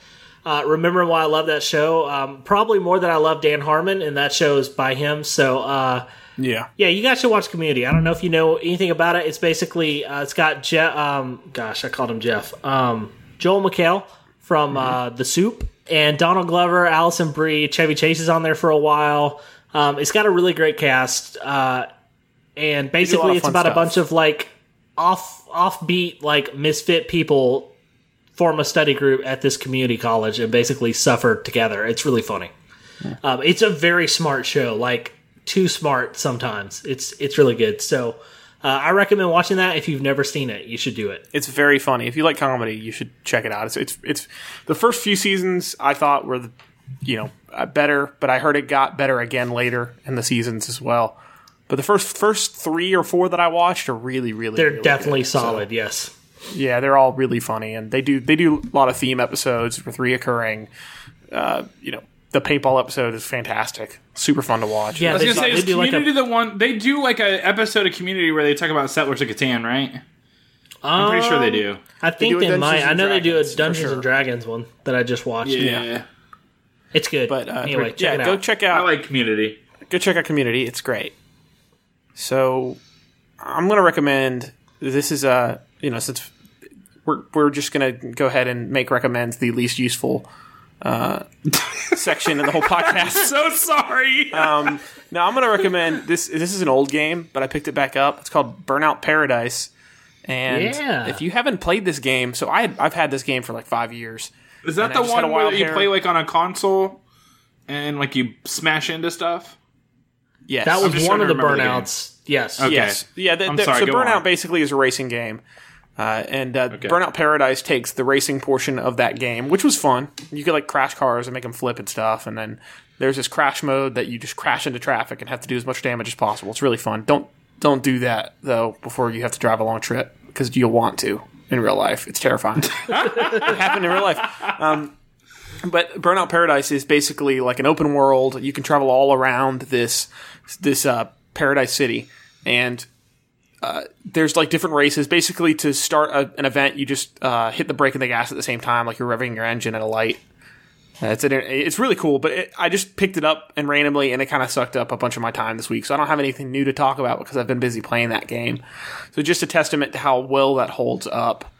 Uh, remembering why I love that show, um, probably more than I love Dan Harmon, and that show is by him. So uh, yeah. yeah, you guys should watch Community. I don't know if you know anything about it. It's basically uh, it's got Jeff. Um, gosh, I called him Jeff. Um, Joel McHale from Mm-hmm. uh, The Soup and Donald Glover, Allison Brie, Chevy Chase is on there for a while. Um, it's got a really great cast, uh, and lot basically of it's fun about a stuff. bunch of like off offbeat like misfit people form a study group at this community college and basically suffer together. It's really funny. Um, it's a very smart show, like too smart sometimes. It's it's really good. So uh, I recommend watching that if you've never seen it. You should do it. It's very funny. If you like comedy, you should check it out. It's it's, it's the first few seasons I thought were the, you know uh, better, but I heard it got better again later in the seasons as well. But the first first three or four that I watched are really really They're really definitely good. solid. Yes. yeah they're all really funny and they do they do a lot of theme episodes with reoccurring, uh, you know the paintball episode is fantastic super fun to watch Yeah. I was They, gonna say, they is do like Community a. the one they do like a episode of Community where they talk about Settlers of Catan, right? I'm pretty sure they do. I think do a they, Dungeons might. and I know they do a Dragons, for Dungeons sure. and Dragons one that I just watched. Yeah, It's good. but uh, anyway, check yeah it out. go check I out like Community. go check out community it's great so i'm going to recommend this is a you know since we're, we're just going to go ahead and make recommends the least useful (laughs) uh, section in the whole podcast (laughs) So sorry. um, now i'm going to recommend this this is an old game but i picked it back up it's called burnout paradise and Yeah. if you haven't played this game so I, i've had this game for like five years is that I the just had a one where wild you hair. play like on a console and like you smash into stuff? yes that just was one trying to of the remember the game. burnouts. yes. Okay. Yes. Yeah. The, I'm the- sorry, so go Burnout on. basically is a racing game. Uh, and uh, Burnout Paradise takes the racing portion of that game, which was fun. You could like crash cars and make them flip and stuff. And then there's this crash mode that you just crash into traffic and have to do as much damage as possible. It's really fun. Don't don't do that though before you have to drive a long trip because you'll want to in real life. It's terrifying. it happened in real life. Um, But Burnout Paradise is basically like an open world. You can travel all around this this uh, paradise city, and uh, there's like different races. Basically, to start a, an event, you just uh, hit the brake and the gas at the same time, like you're revving your engine at a light. Uh, it's an, it's really cool, but it, I just picked it up and randomly, and it kind of sucked up a bunch of my time this week. So I don't have anything new to talk about because I've been busy playing that game. So just a testament to how well that holds up.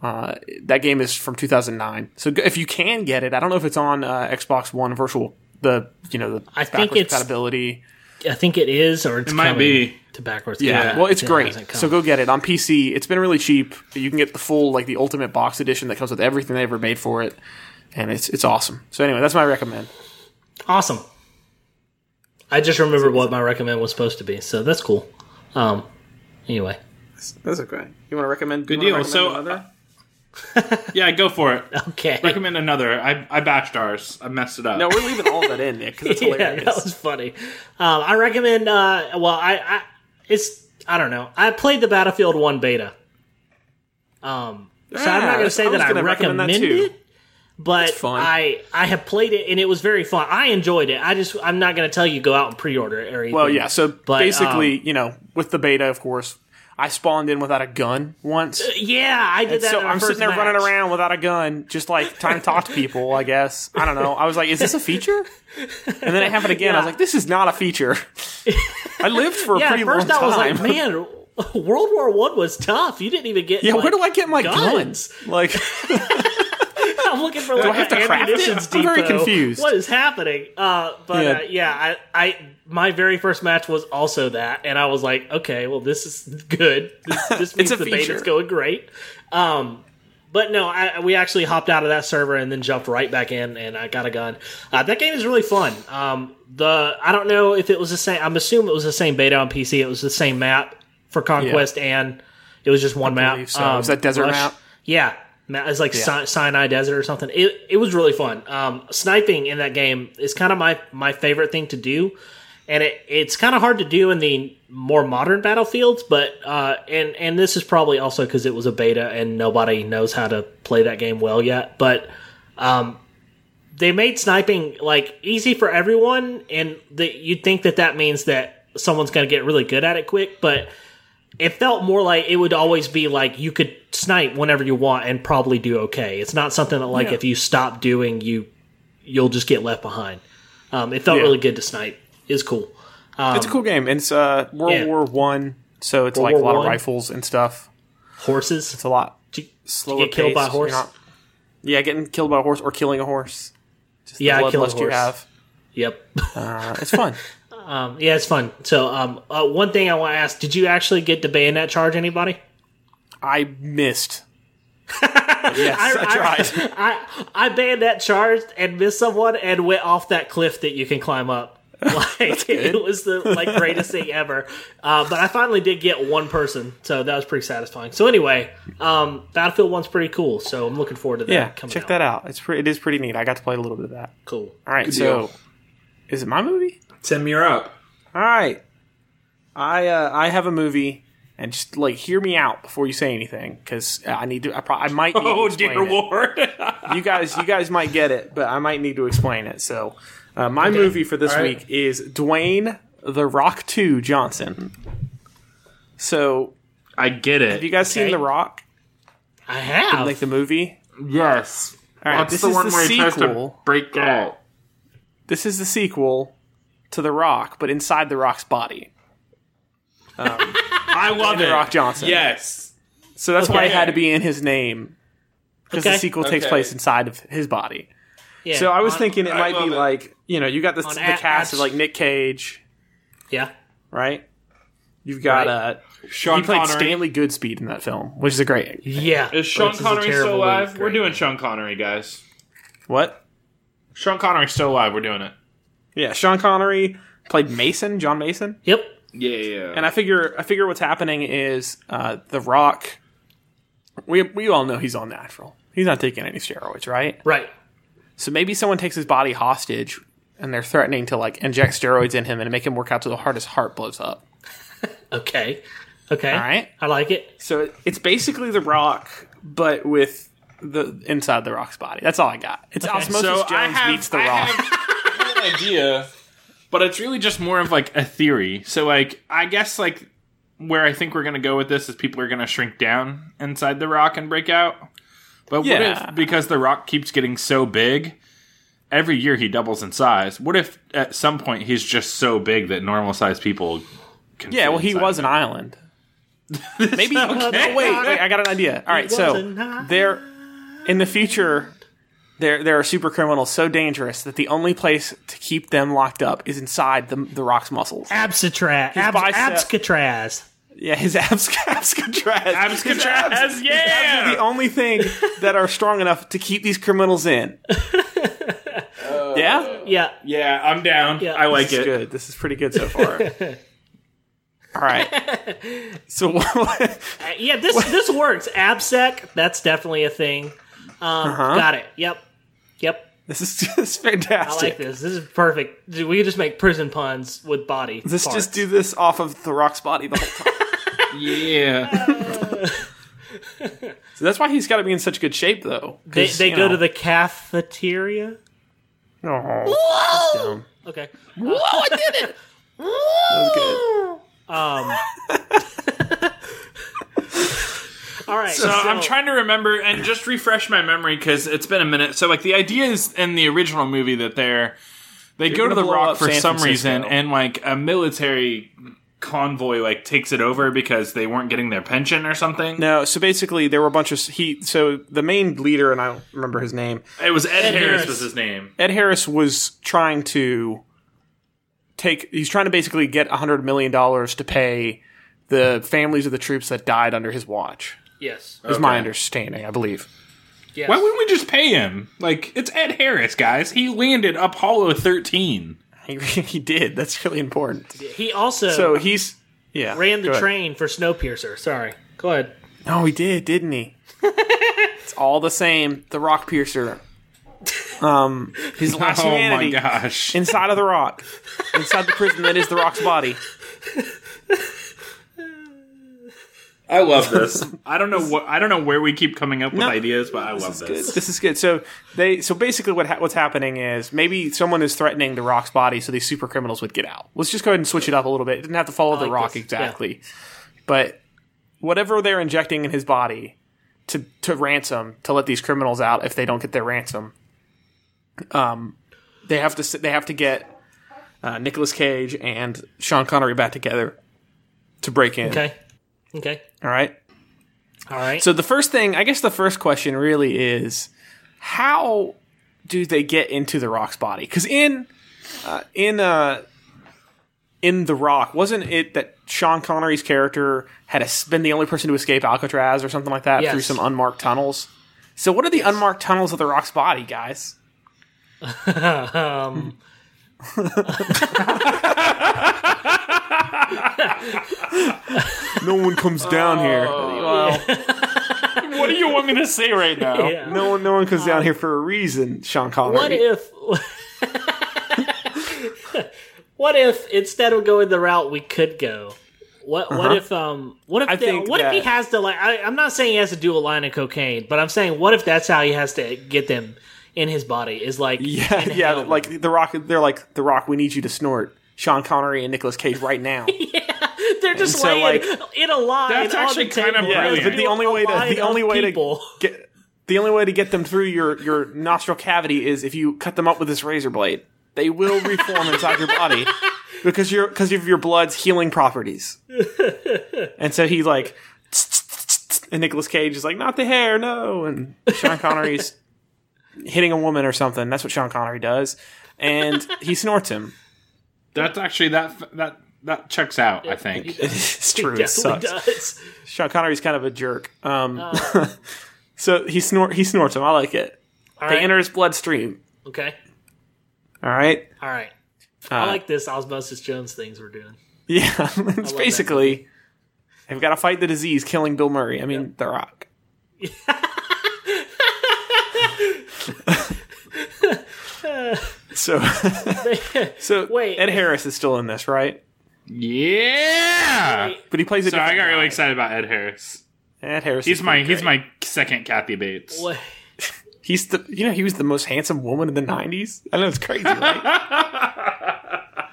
Uh, that game is from 2009. So g- if you can get it, I don't know if it's on uh, Xbox One Virtual the you know the I think backwards it's- compatibility. I think it is, or it's It might coming be. to backwards. Yeah. Well, it's it hasn't great. come. So go get it on PC. It's been really cheap. You can get the full like the ultimate box edition that comes with everything they ever made for it, and it's it's awesome. So anyway, that's my recommend. Awesome. I just remembered what my recommend was supposed to be, so that's cool. Um, anyway, That's okay. You want to recommend? Good deal. So, uh, yeah, go (laughs) for it. okay. Recommend another. I, I bashed ours. I messed it up. no, we're leaving all that in there (laughs) because it's yeah, hilarious. that was funny. Um, I recommend. Uh, well, I, I it's I don't know. I played the Battlefield One beta. Um, so I'm Yeah, not going to that's- say I was that I gonna recommend recommend, that too. it, but It's fun. I I have played it and it was very fun. I enjoyed it. I just I'm not going to tell you go out and pre-order it or anything. well, Oh, yeah. So But, basically, you know, with the beta, of course, I spawned in without a gun once. yeah, I did that. so in our I'm first sitting there match. running around without a gun, just like trying to talk to people. I guess I don't know. I was like, "Is this a feature?" And then it happened again. I was like, "This is not a feature." I lived for a Yeah, pretty at first long I was time. (laughs) like, man, World War One was tough. You didn't even get. yeah, like, where do I get my guns. guns? Like, (laughs) I'm looking for like do I have to craft it? I'm very confused. What is happening? Uh, but yeah, Yeah. uh, yeah I, I my very first match was also that, and I was like, okay, well, this is good. (laughs) This, this means a the feature. beta's going great. Um, but no, I, we actually hopped out of that server and then jumped right back in, and I got a gun. Uh, that game is really fun. Um, the I don't know if it was the same. I'm assuming it was the same beta on PC. It was the same map for Conquest, and it was just one map. Um, believe so. It was that desert map? Yeah, Ma- it's like Si- Sinai Desert or something. It it was really fun. Um, sniping in that game is kind of my my favorite thing to do, and it it's kind of hard to do in the more modern battlefields. But uh, and and this is probably also because it was a beta and nobody knows how to play that game well yet. But um, they made sniping like easy for everyone, and that you'd think that that means that someone's going to get really good at it quick, but it felt more like it would always be like you could snipe whenever you want and probably do okay. It's not something that like if you stop doing you you'll just get left behind. Um, it felt Yeah. really good to snipe. It's cool. it's a cool game. And it's uh, World Yeah. War One, so it's like War a lot of One. rifles and stuff. Horses. It's a lot Did you- did you slower. get killed by a paced. horse. You're not- yeah, getting killed by a horse or killing a horse. Just Yeah, the I killed a bloodlust you horse. have. Yep. (laughs) Uh, it's fun. Um, yeah, it's fun. So um, uh, one thing I want to ask: Did you actually get to bayonet charge anybody? I (laughs) missed. yes, I, tried. I I bayonet charged and missed someone and went off that cliff that you can climb up. (laughs) Like it was the like greatest thing ever. Uh, but I finally did get one person, so that was pretty satisfying. So anyway, um, Battlefield One's pretty cool, so I'm looking forward to that. yeah, coming check out. that out. It's pre- it is pretty neat. I got to play a little bit of that. Cool. All right, so deal. is it my movie? Tim, you're up. All right, I uh, I have a movie, and just like hear me out before you say anything because I need to. I, pro- I (laughs) might. Need to Oh, explain dear it. Lord. (laughs) You guys, you guys might get it, but I might need to explain it. So, uh, my movie for this All right. week is Dwayne the Rock Two Johnson. So, I get have you it. guys Okay. seen The Rock, I have. like the movie? Yes. All right, That's this the is one the where he tries to sequel. break out. This is the sequel to The Rock, but inside The Rock's body. I love it. Rock Johnson. Yes. So that's why it Okay. had to be in his name because Okay. the sequel takes Okay. place inside of his body. yeah. So I was On- thinking it I might love be it. like you know you got this, On the a- cast abs- of like Nick Cage, yeah, right? You've got uh Right. Sean he played Connery. Stanley Goodspeed in that film, which is a great yeah. Is Sean This a Connery terrible still movie. alive? We're Great. doing Sean Connery, guys. what? Sean Connery's still alive. We're doing it. Yeah, Sean Connery played Mason, John Mason. Yep. Yeah, yeah. And I figure I figure what's happening is uh, the Rock. We we all know he's on natural. He's not taking any steroids, right? Right. So maybe someone takes his body hostage, and they're threatening to like inject steroids in him and make him work out till the hardest heart blows up. Okay. Okay. All right. I like it. So it- it's basically the Rock, but with the inside the Rock's body. That's all I got. It's Osmosis so Jones I have, meets the I Rock. (laughs) have an idea, but it's really just more of like a theory. So like I guess like where I think we're gonna go with this is people are gonna shrink down inside the rock and break out. But Yeah. what if because the rock keeps getting so big, every year he doubles in size. What if at some point he's just so big that normal sized people can yeah. fit Well, he inside was him? an (laughs) island. Maybe. Okay. No, wait, wait. I got an idea. All right. was So an they're in the future. There, there are super criminals so dangerous that the only place to keep them locked up is inside the, the rock's muscles. Absatraz. Ab- bicep- Abscatraz. Yeah, his (laughs) abs, abs contrast. (laughs) Abs His contrast, abs- yeah! his abs are the only thing that are strong enough to keep these criminals in. yeah, Yeah. Yeah, I'm down. Yeah. I like this is it. good. This is pretty good so (laughs) far. All right. So (laughs) what? Uh, Yeah, this this works. Absec, that's definitely a thing. Um, Uh-huh. Got it. Yep. Yep. this is just I fantastic. like this. This is perfect. Dude, We can just make prison puns with body. Let's parts. just do this off of the Rock's body the whole time. Yeah. so that's why he's got to be in such good shape, though. 'cause, They, they you go know- to the cafeteria. Aw, that's dumb. Okay. Uh, That was good. Um. (laughs) all right. So, So I'm I'm trying. trying to remember and just refresh my memory because it's been a minute. So like the idea is in the original movie that they're they go gonna to the blow rock up for San some Francisco. reason and like a military convoy like takes it over because they weren't getting their pension or something. No, so basically there were a bunch of he. So the main leader, and I don't remember his name. It was Ed, Harris, Harris. was his name. Ed Harris was trying to take. He's trying to basically get hundred million dollars to pay the families of the troops that died under his watch. Yes. Is my Okay. understanding, I believe. yes. Why wouldn't we just pay him? Like it's Ed Harris, guys. He landed Apollo 13. He, (laughs) he did. That's really important. he also So he's yeah ran go the ahead. train for Snowpiercer. Sorry. Go ahead. No, he did, didn't (laughs) he? it's all the same. The rock (laughs) piercer. Um, his last Oh my humanity gosh. inside of the rock, inside the prison that is the rock's body. I love this. I don't know what I don't know where we keep coming up with ideas, but I love this. This is good. So they so basically what ha- what's happening is maybe someone is threatening the rock's body, so these super criminals would get out. Let's just go ahead and switch it up a little bit. It didn't have to follow the like rock this. exactly, but whatever they're injecting in his body to to ransom to let these criminals out if they don't get their ransom, um, they have to s- they have to get uh, Nicolas Cage and Sean Connery back together to break in. Okay. Okay. All right. All right. So the first thing, I guess the first question really is how do they get into the rock's body? Cuz in uh, in uh in The Rock, wasn't it that Sean Connery's character had es- been the only person to escape Alcatraz or something like that Yes. through some unmarked tunnels? So what are the unmarked tunnels of the Rock's body, guys? um. (laughs) No one comes down here. Oh. What do you want me to say right now? yeah. No one, no one comes down here for a reason, Sean Connery. What if? (laughs) what if instead of going the route we could go? What what if um what if Uh-huh. I the- think what if he that- has to like I, I'm not saying he has to do a line of cocaine, but I'm saying what if that's how he has to get them in his body is like (laughs) Yeah, (laughs) yeah. Like the Rock, they're like the Rock. We need you to snort Sean Connery and Nicolas Cage right now. they're just and so, laying like- in a line. That's on actually the kind of table. Yeah, but the only A way to line the only of way people. to get the only way to get them through your your nostril cavity is if you cut them up with this razor blade. They will reform inside your (laughs) body because your because of your blood's healing properties. And so he like. And Nicolas Cage is like, not the hair, no. And Sean Connery's hitting a woman or something. That's what Sean Connery does. And he snorts (laughs) him. That's actually that that that checks out. I think. It's true. (laughs) It definitely sucks. does. Uh. Sean Connery's kind of a jerk. Um, (laughs) so he snort he snorts him. I like it. All They right. enter his bloodstream. okay. All right. All right. Uh, I like this Osmosis Jones things we're doing. Yeah. (laughs) it's that basically they've got to fight the disease, killing Bill Murray. I mean, The (laughs) Rock. so, (laughs) so Wait. Ed Harris is still in this, right? Yeah. But he plays a So I different got really guy. excited about Ed Harris. Ed Harris. He's is my pretty he's great. my second Kathy Bates. What? He's the you know he was the most handsome woman in the '90s. I know it's (laughs) crazy. Right?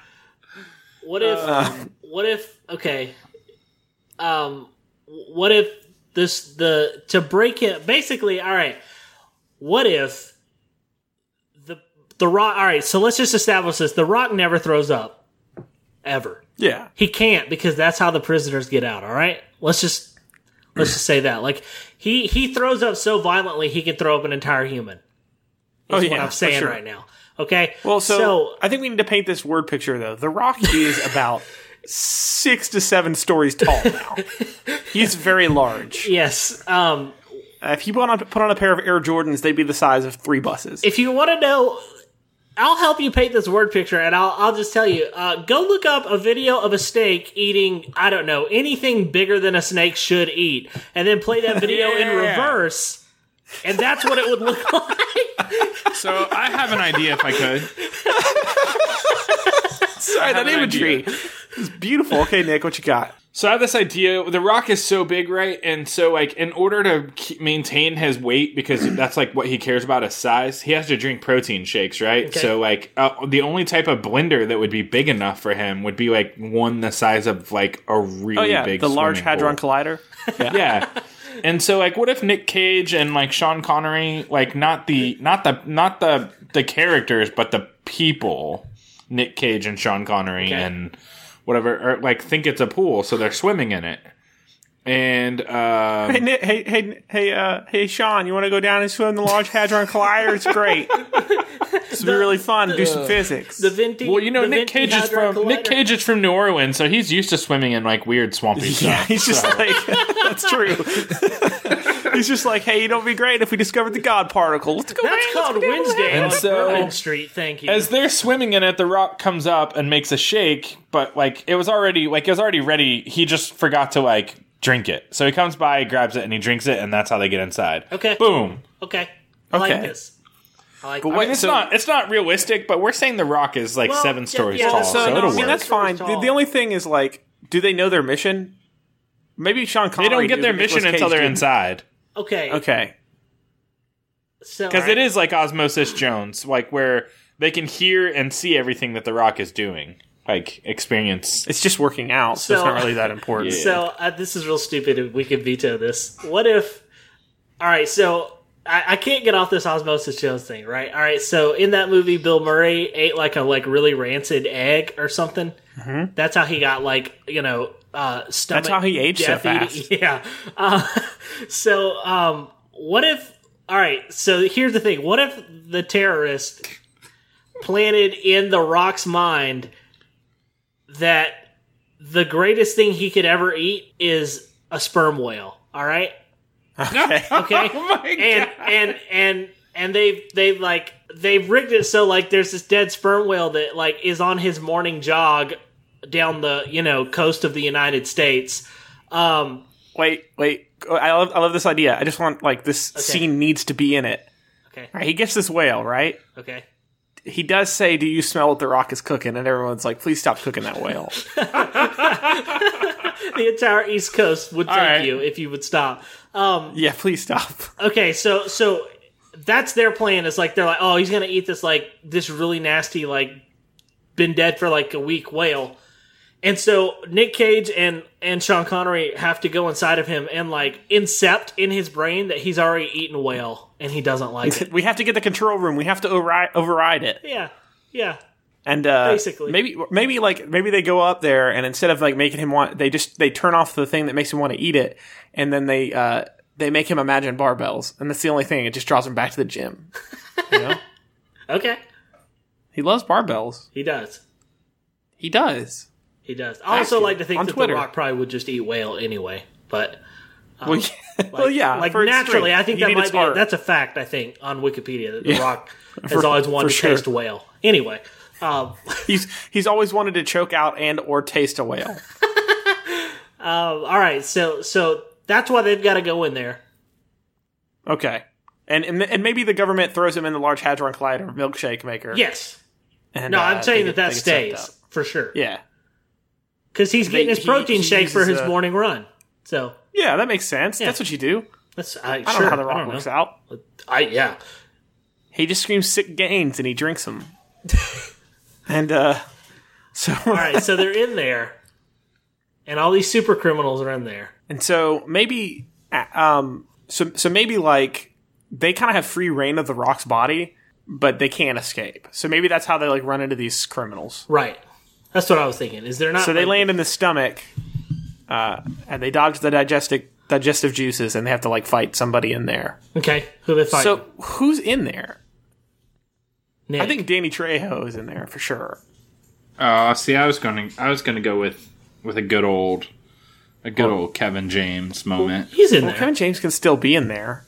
What if? Uh. um, what if? Okay. Um. What if this the to break it? Basically, all right. What if the the rock? All right. So let's just establish this: the rock never throws up, ever. yeah. He can't because that's how the prisoners get out. All right. Let's just let's just say that. Like he he throws up so violently he can throw up an entire human. Is Oh, what yeah, I'm for saying sure. right now. Okay. Well, so, so I think we need to paint this word picture though. The Rock is (laughs) about six to seven stories tall now. He's very large. yes. Um, Uh, if he put on, put on a pair of Air Jordans, they'd be the size of three buses. if you want to know i'll help you paint this word picture and i'll, I'll just tell you uh, go look up a video of a snake eating i don't know anything bigger than a snake should eat and then play (laughs) that video in Yeah. reverse and that's what it would look (laughs) like So I have an idea if I could. Sorry, that an imagery idea. is beautiful. Okay, Nick, what you (laughs) got? So I have this idea. The Rock is so big, right? And so, like, in order to keep, maintain his weight, because (clears throat) that's like what he cares about is size, he has to drink protein shakes, right? Okay. So, like, uh, the only type of blender that would be big enough for him would be like one the size of like a really Oh yeah, big the Large swimming Hadron pool. Collider. yeah. And so like what if Nick Cage and like Sean Connery, like not the not the not the the characters, but the people, Nick Cage and Sean Connery and whatever or like think it's a pool, so they're swimming in it. And uh Hey, Nick, hey, hey, hey, uh, hey, Sean, you want to go down and swim in the Large Hadron Collider? It's (laughs) great. It's be really fun. Do some physics. the venti well, you know the Nick venti Cage is hadron from Nick collider. Cage is from New Orleans, so he's used to swimming in like weird (laughs) swampy Yeah, (laughs) stuff. he's just like that's true. (laughs) he's just like, hey, you know, it'd be great if we discovered the God particle. Let's go. that's man, let's called go down wednesday there. And on so- Bourbon street thank you As they're swimming in it, the rock comes up and makes a shake, but like it was already like it was already ready. He just forgot to like drink it. So he comes by, grabs it, and he drinks it, and that's how they get inside. Okay. Boom. okay i like Okay. this i like But this. what- I mean, it's so- not it's not realistic, but we're saying the rock is like Well, seven yeah, stories yeah, tall, that's- so, So no, it'll I mean, work. that's fine. Tall. The, the only thing is like, do they know their mission? Maybe Sean Connery. They don't get did, their but Nicolas mission until Cage they're didn't. inside, okay Okay. so because it is like Osmosis Jones, like where they can hear and see everything that the rock is doing, like experience. It's just working out, so, it's So- not really that important. Yeah. So uh, this is real stupid, and we can veto this. What if? All right, so I, I can't get off this osmosis Jones thing, right? All right, so in that movie, Bill Murray ate like a like really rancid egg or something. That's how he got like you know uh, stomach. Mm-hmm. how he aged so death eating- fast. (laughs) Yeah. Uh, so um, what if? All right, so here's the thing: what if the terrorist planted in the Rock's mind that the greatest thing he could ever eat is a sperm whale. All right. (laughs) Okay. (laughs) Oh my and and and and they've they've like they've rigged it so like there's this dead sperm whale that like is on his morning jog down the you know coast of the United States. Um, Wait, wait. I love, I love this idea. I just want like this scene needs to be in it. okay. All right, he gets this whale, right? Okay. He does say, "Do you smell what the rock is cooking?" And everyone's like, "Please stop cooking that whale." (laughs) The entire East Coast would thank right. you if you would stop. Um, yeah, please stop. okay so so that's their plan is like they're like oh he's gonna eat this like this really nasty like been dead for like a week whale and so nick cage and and sean connery have to go inside of him and like incept in his brain that he's already eaten whale and he doesn't (laughs) like it We have to get the control room. We have to override, override it. yeah yeah And uh, Basically. maybe maybe like maybe they go up there and instead of like making him want, they just they turn off the thing that makes him want to eat it, and then they uh, they make him imagine barbells, and that's the only thing. It just draws him back to the gym. You know, okay he loves barbells. he does He does. he does i also Actually, like to think on that Twitter. the rock probably would just eat whale anyway but well, (laughs) yeah. well, yeah. like for its naturally strength. i think You that need might its be heart. that's a fact i think on wikipedia that the (laughs) rock has For- always wanted for to sure. taste whale anyway um, (laughs) he's he's always wanted to choke out and or taste a (laughs) whale. all right so so that's why they've got to go in there Okay. And, and and maybe the government throws him in the Large Hadron Collider milkshake maker. yes And, no uh, i'm they saying get- they that that get sucked stays up. for sure Yeah. because he's getting They- his he- protein he shake for uses uh, his a- morning run so Yeah, that makes sense. That's what you do. that's i, I don't sure, know how the I rock don't works know. out. I, yeah He just screams sick gains and he drinks (laughs) them. and uh so all right so they're in there and all these super criminals are in there and so maybe uh, um so so maybe like they kind of have free reign of the rock's body, but they can't escape. So maybe that's how they like run into these criminals. right that's what i was thinking is there not So they like- land in the stomach uh and they dodge the digestive digestive juices and they have to like fight somebody in there. okay who they fight So who's in there? Nick. I think Danny Trejo is in there for sure. Uh, see, I was going to I was going to go with with a good old a good old Kevin James moment. he's in there. Kevin James can still be in there.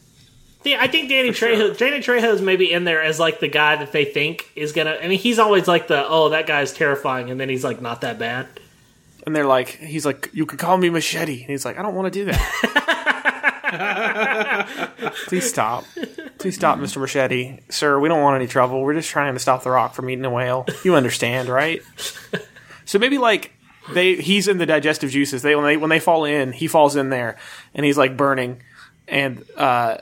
Yeah, I think Danny Trejo, Danny Trejo's maybe in there as like the guy that they think is gonna. I mean, he's always like the oh that guy's terrifying, and then he's like not that bad. And they're like, he's like, you can call me Machete. And he's like, I don't want to do that. Please stop. Please stop, Mr. Machete. Sir, we don't want any trouble. We're just trying to stop the rock from eating a whale. You understand, right? so maybe like they he's in the digestive juices. They when they when they fall in, he falls in there and he's like burning and uh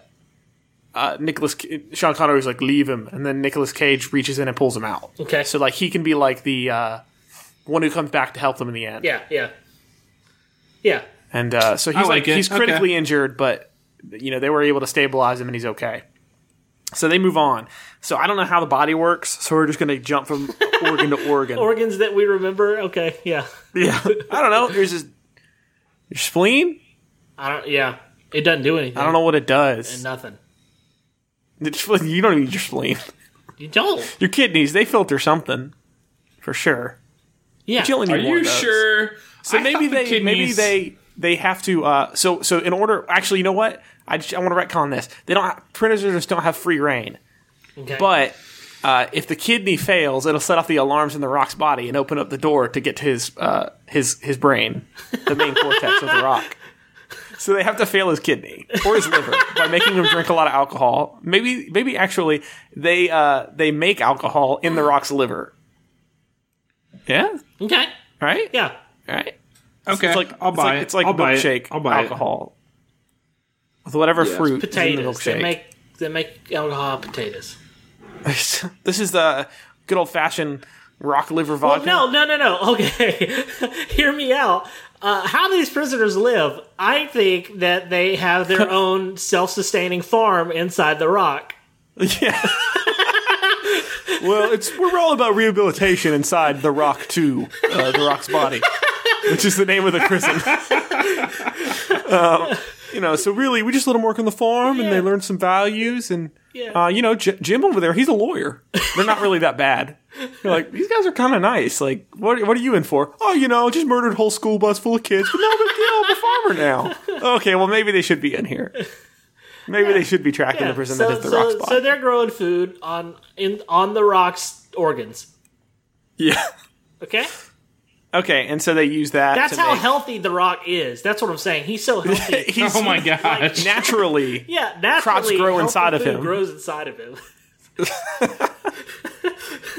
uh, Nicholas Sean Connery's like leave him, and then Nicholas Cage reaches in and pulls him out. Okay, So like he can be like the uh, one who comes back to help them in the end. yeah, yeah, yeah. And uh, so he's like like, it. he's Okay. critically injured, but you know they were able to stabilize him and he's okay. So they move on. So I don't know how the body works. So we're just going to jump (laughs) from organ to organ. Organs that we remember. Okay, yeah. yeah, I don't know. There's this, your spleen. I don't. Yeah, it doesn't do anything. I don't know what it does. Nothing. It's- you don't need your spleen. You don't. Your kidneys they filter something for sure. Yeah. But you only need Are one you of those. sure? So maybe they maybe they they have to. Uh, so so in order, actually, you know what? I just, I want to retcon this. They don't have, prisoners don't have free reign. Okay. But uh, if the kidney fails, it'll set off the alarms in the rock's body and open up the door to get to his uh, his his brain, the main cortex of the rock. So they have to fail his kidney or his liver by making him drink a lot of alcohol. Maybe maybe actually they uh, they make alcohol in the rock's liver. Yeah. okay. Right. Yeah. Right. Okay, It's like I'll it's buy like, it. It's like I'll buy it. milkshake I'll buy it. alcohol with whatever fruit is in the Potatoes. They milkshake. make they make alcohol and potatoes. (laughs) this is the good old fashioned rock liver Well, vodka. Oh, no, no, no, no. (laughs) Okay, hear me out. Uh, how these prisoners live? I think that they (laughs) have their own self-sustaining farm inside the rock. Yeah. (laughs) well, it's we're all about rehabilitation inside the Rock Two, uh, the Rock's body, which is the name of the prison. (laughs) um, you know, so really, we just let them work on the farm, and they Yeah. learn some values, and Yeah. uh, you know, J- Jim over there, he's a lawyer. They're not really that bad. You're like, these guys are kind of nice. Like, what what are you in for? Oh, you know, just murdered a whole school bus full of kids, but no big deal. I'm a farmer (laughs) now. Okay, well, maybe they should be in here. Maybe they should be tracking Yeah, the prison so, that is the so, Rock's body. so they're growing food on in on the rock's organs. yeah. (laughs) Okay, Okay, and so they use that. that's to how make- healthy the rock is. That's what I'm saying. (laughs) He's so healthy. he's (laughs) Oh my gosh! (laughs) naturally. (laughs) yeah, naturally, Crops grow healthy inside of food him. Grows inside of him. (laughs)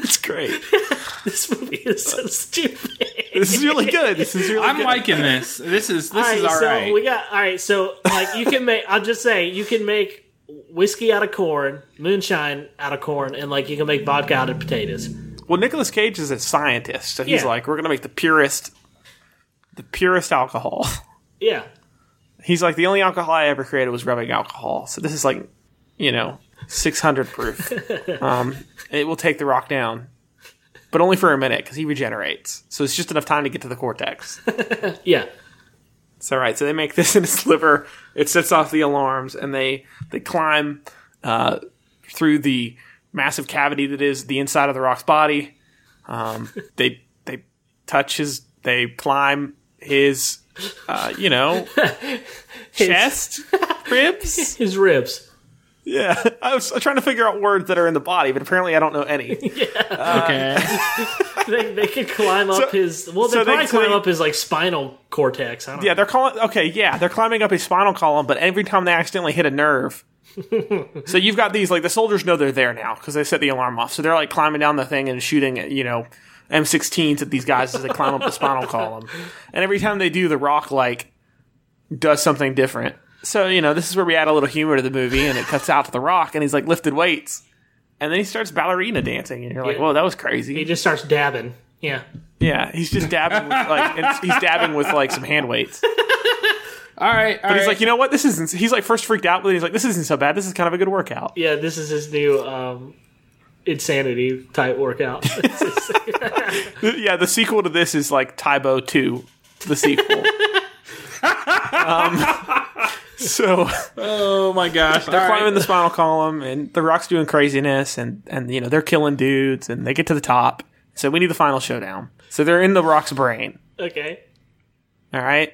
It's great. this movie is so stupid. This is really good. This is really. I'm good. liking this. This is this is All right, all so right. we got all right. So like you can make. I'll just say you can make whiskey out of corn, moonshine out of corn, and like you can make vodka out of potatoes. well, Nicolas Cage is a scientist, so he's Yeah. like, we're gonna make the purest, the purest alcohol. (laughs) Yeah, He's like, the only alcohol I ever created was rubbing alcohol, so this is like, you know, 600 (laughs) proof. um, it will take the rock down, but only for a minute because he regenerates. So it's just enough time to get to the cortex. yeah, It's all right. So they make this in his liver. It sets off the alarms, and they they climb uh, through the massive cavity that is the inside of the rock's body. Um, they they touch his. They climb his. Uh, you know, chest, (laughs) ribs. his ribs. Yeah, I was trying to figure out words that are in the body, but apparently I don't know any. okay. Uh, (laughs) They they could climb up his. Well, they so they probably climb clean- up his like spinal cortex. I don't Yeah, know. they're calling. Okay, yeah, they're climbing up his spinal column, but every time they accidentally hit a (laughs) nerve, so you've got these like the soldiers know they're there now because they set the alarm off. So they're like climbing down the thing and shooting, you know, M16s at these guys as they climb up the spinal column. And every time they do, the Rock like does something different. So you know, this is where we add a little humor to the movie, and it cuts out to the Rock, and he's like lifted weights, and then he starts ballerina dancing, and you're like, Yeah. whoa, that was crazy. He just starts dabbing. Yeah, yeah, he's just dabbing, with, like and he's dabbing with like some hand weights. All right. But he's like, you know what? This isn't. He's like first freaked out, but then he's like, this isn't so bad. This is kind of a good workout. yeah. This is his new um, insanity (laughs) type workout. (laughs) Th- Yeah, the sequel to this is like Tybo Two, the sequel. um, so Oh my gosh! they're climbing the spinal column, and the rock's doing craziness, and and you know they're killing dudes, and they get to the top. So we need the final showdown. So they're in the rock's brain. Okay. All right.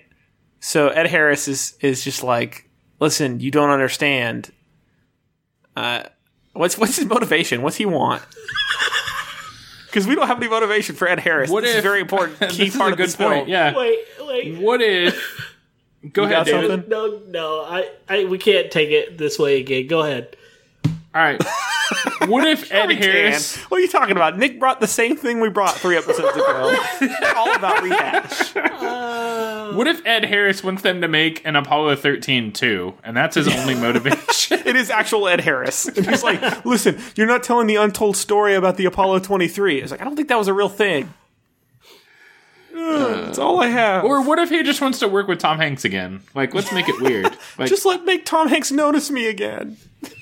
So Ed Harris is is just like, listen, you don't understand. Uh, what's what's his motivation? What's he (laughs) want? Because we don't have any motivation for Ed Harris. What this is if- very (laughs) important This key is part a of good this point. film. Yeah. Wait, wait. What if? Go ahead, got David. something? No, no. I, I, we can't take it this way again. Go ahead. All (laughs) right. What if Ed We can. Harris? What are you talking about? Nick brought the same thing we brought three episodes (laughs) ago. All about rehash. What if Ed Harris wants them to make an Apollo 13 too, and that's his (laughs) only motivation? It is actual Ed Harris. And he's like, listen, you're not telling the untold story about the Apollo 23. It's like, I don't think that was a real thing. Ugh, That's all I have. or what if he just wants to work with Tom Hanks again? Like, let's make it (laughs) weird. Like, just just, let make Tom Hanks notice me again.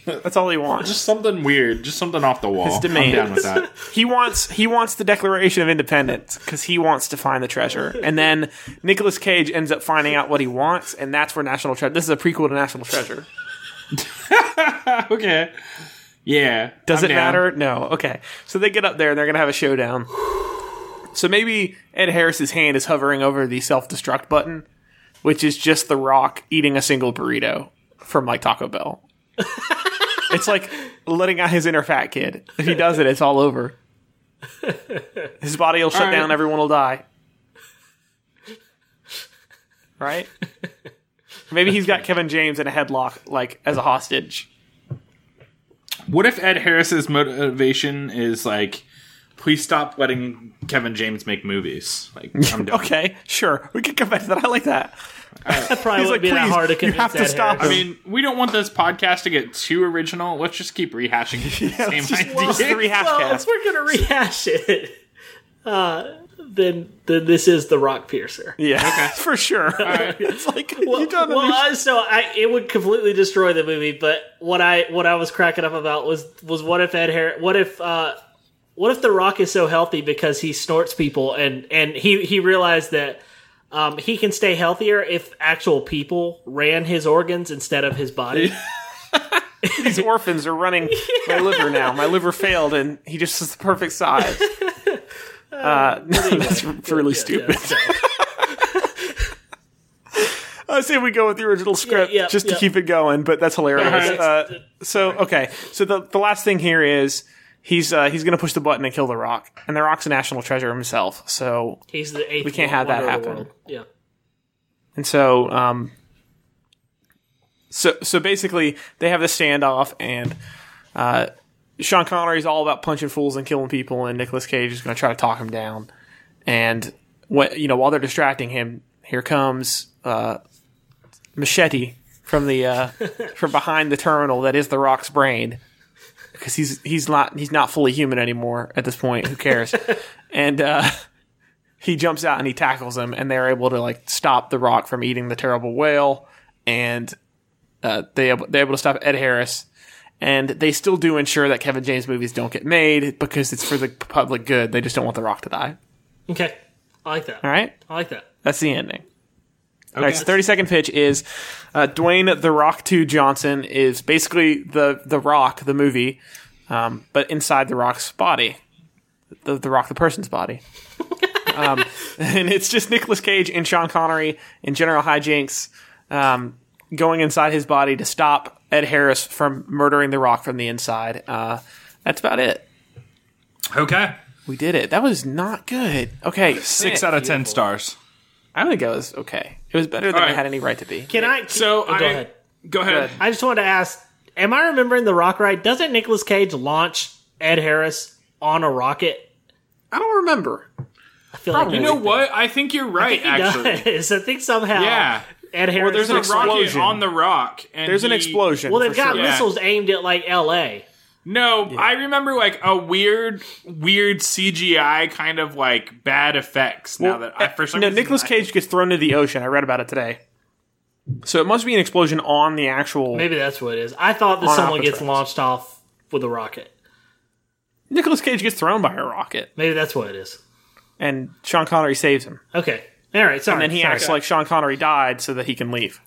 That's all he wants. something weird, just something off the wall. His I'm down demands. with that. (laughs) He wants he wants the Declaration of Independence because he wants to find the treasure. And then Nicolas Cage ends up finding out what he wants, and that's where National Treasure. This is a prequel to National Treasure. Okay. Yeah. Does I'm it down. matter? No. Okay. So they get up there and they're going to have a showdown. So maybe Ed Harris's hand is hovering over the self destruct button, which is just The Rock eating a single burrito from like Taco (laughs) Bell. it's like letting out his inner fat kid. If he does it, it's all over. His body will shut right. down, everyone will die. (laughs) Right? Maybe he's got Kevin James in a headlock, like as a hostage. What if Ed Harris's motivation is like, please stop letting Kevin James make movies? Like, (laughs) I'm down. Okay, sure. We can come back to that. I like that. That probably He's wouldn't like, be that "Please, hard to you convince have to Ed stop I Harris. mean, we don't want this podcast to get too original. Let's just keep (laughs) rehashing the (laughs) same let's just- idea. well, three half Well, if cast. we're gonna rehash it, (laughs) uh, then then this is the Rock Piercer. (laughs) Yeah, for sure. (laughs) It's like you don't Well, understand. I, so I it would completely destroy the movie. But what I what I was cracking up about was was what if Ed Harris? What if uh, what if the Rock is so healthy because he snorts people and and he he realized that. Um, he can stay healthier if actual people ran his organs instead of his body. These orphans are (laughs) running my liver now. My liver failed, and he just is the perfect (laughs) size. (laughs) Uh, that's really stupid. So, I say we go with the original script yeah, just to yeah. keep it going, but that's hilarious. Alright. Uh, so okay, so the the last thing here is he's uh, he's going to push the button and kill the Rock, and the Rock's a national treasure himself. So he's the eighth. We can't have that happen. Yeah. And so, um, so so basically, they have this standoff, and uh, Sean Connery's all about punching fools and killing people, and Nicolas Cage is going to try to talk him down. And what you know, while they're distracting him, here comes uh, Machete from the uh, from behind the terminal that is the Rock's brain, because he's he's not he's not fully human anymore at this point. Who cares? and uh, he jumps out and he tackles him, and they're able to like stop the Rock from eating the terrible whale, and uh, they they're able to stop Ed Harris, and they still do ensure that Kevin James movies don't get made because it's for the public good. They just don't want the Rock to die. Okay. I like that. All right, I like that. that's the ending. All right, so thirty second pitch is uh, Dwayne the Rock Two Johnson is basically the the Rock the movie, um, but inside the Rock's body, the the Rock the person's (laughs) body, um, and it's just Nicolas Cage and Sean Connery in General Hijinks um, going inside his body to stop Ed Harris from murdering the Rock from the inside. Uh, that's about it. (laughs) Okay. We did it. That was not good. Okay, Six out of ten stars. I think it was okay. It was better than All I right. had any right to be. Can I? So Oh, I go ahead. Go ahead. ahead. I just wanted to ask: Am I remembering the Rock right? Doesn't Nicolas Cage launch Ed Harris on a rocket? I don't remember. I feel Probably. You like know what? I think you're right. he actually, does. (laughs) I think somehow. Yeah. Ed Harris. there's a rocket explosion. on the rock, and There's an he- explosion. well, they've for got sure. Yeah. missiles aimed at like L.A. No, I remember like a weird, weird CGI kind of like bad effects. now that I, for some no, reason, Nicolas I- Cage gets thrown into the ocean. I read about it today. So it must be an explosion on the actual. Maybe that's what it is. I thought that On someone gets Alcatraz. launched off with a rocket. Nicolas Cage gets thrown by a rocket, Maybe that's what it is. and Sean Connery saves him. Okay. All right. Sorry. And he sorry. acts like Sean Connery died so that he can leave.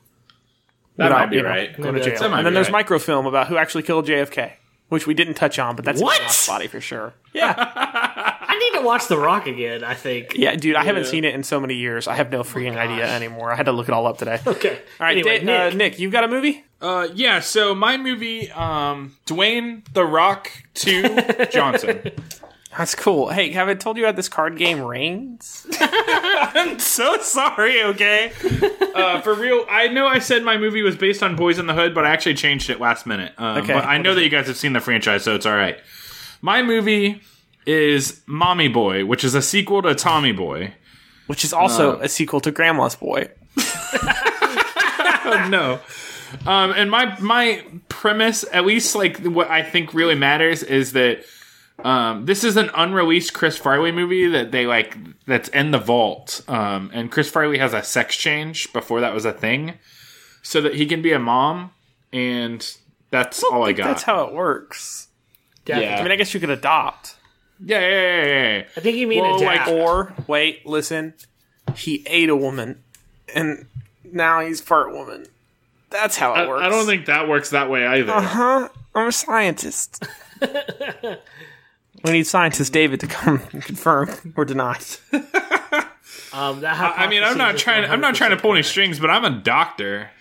That without, might be you know, right. going to Maybe jail. that's- that might And then be there's right. microfilm about who actually killed JFK, which we didn't touch on, but that's What? in Rock's body for sure. Yeah, I need to watch The Rock again. (laughs) I think. yeah, dude, I haven't seen it in so many years. I have Oh no freaking idea anymore. I had to look it all up today. All Okay. All right, (laughs) Anyway, Da- Nick. Uh, Nick, you've got a movie? Uh, yeah. So my movie, um, Dwayne the Rock (laughs) Two Johnson. That's cool. Hey, have I told you about this card game (laughs) Reigns? I'm so sorry. Okay. Uh, for real, I know I said my movie was based on Boys in the Hood, but I actually changed it last minute. Um, Okay. But I know that you guys have seen the franchise, so it's all right. My movie is Mommy Boy, which is a sequel to Tommy Boy. Which is Uh, also a sequel to Grandma's Boy. (laughs) no. Um, and my my premise, at least like what I think really matters, is that um, this is an unreleased Chris Farley movie that they like that's in the vault. Um, and Chris Farley has a sex change before that was a thing, so that he can be a mom. And that's all oh, I got. That's how it works. Yeah. I mean, I guess you could adopt. yeah, yeah, yeah, yeah, yeah. I think you mean Well, adapt. like, Or, wait, listen, he ate a woman, and now he's part woman. That's how it I, works. I don't think that works that way either. Huh? I'm a scientist. we need scientist David to come and confirm or deny. um, that (laughs) I mean, I'm not hypothesis is trying. I'm not trying to pull any 100% strings, but I'm a doctor, (laughs)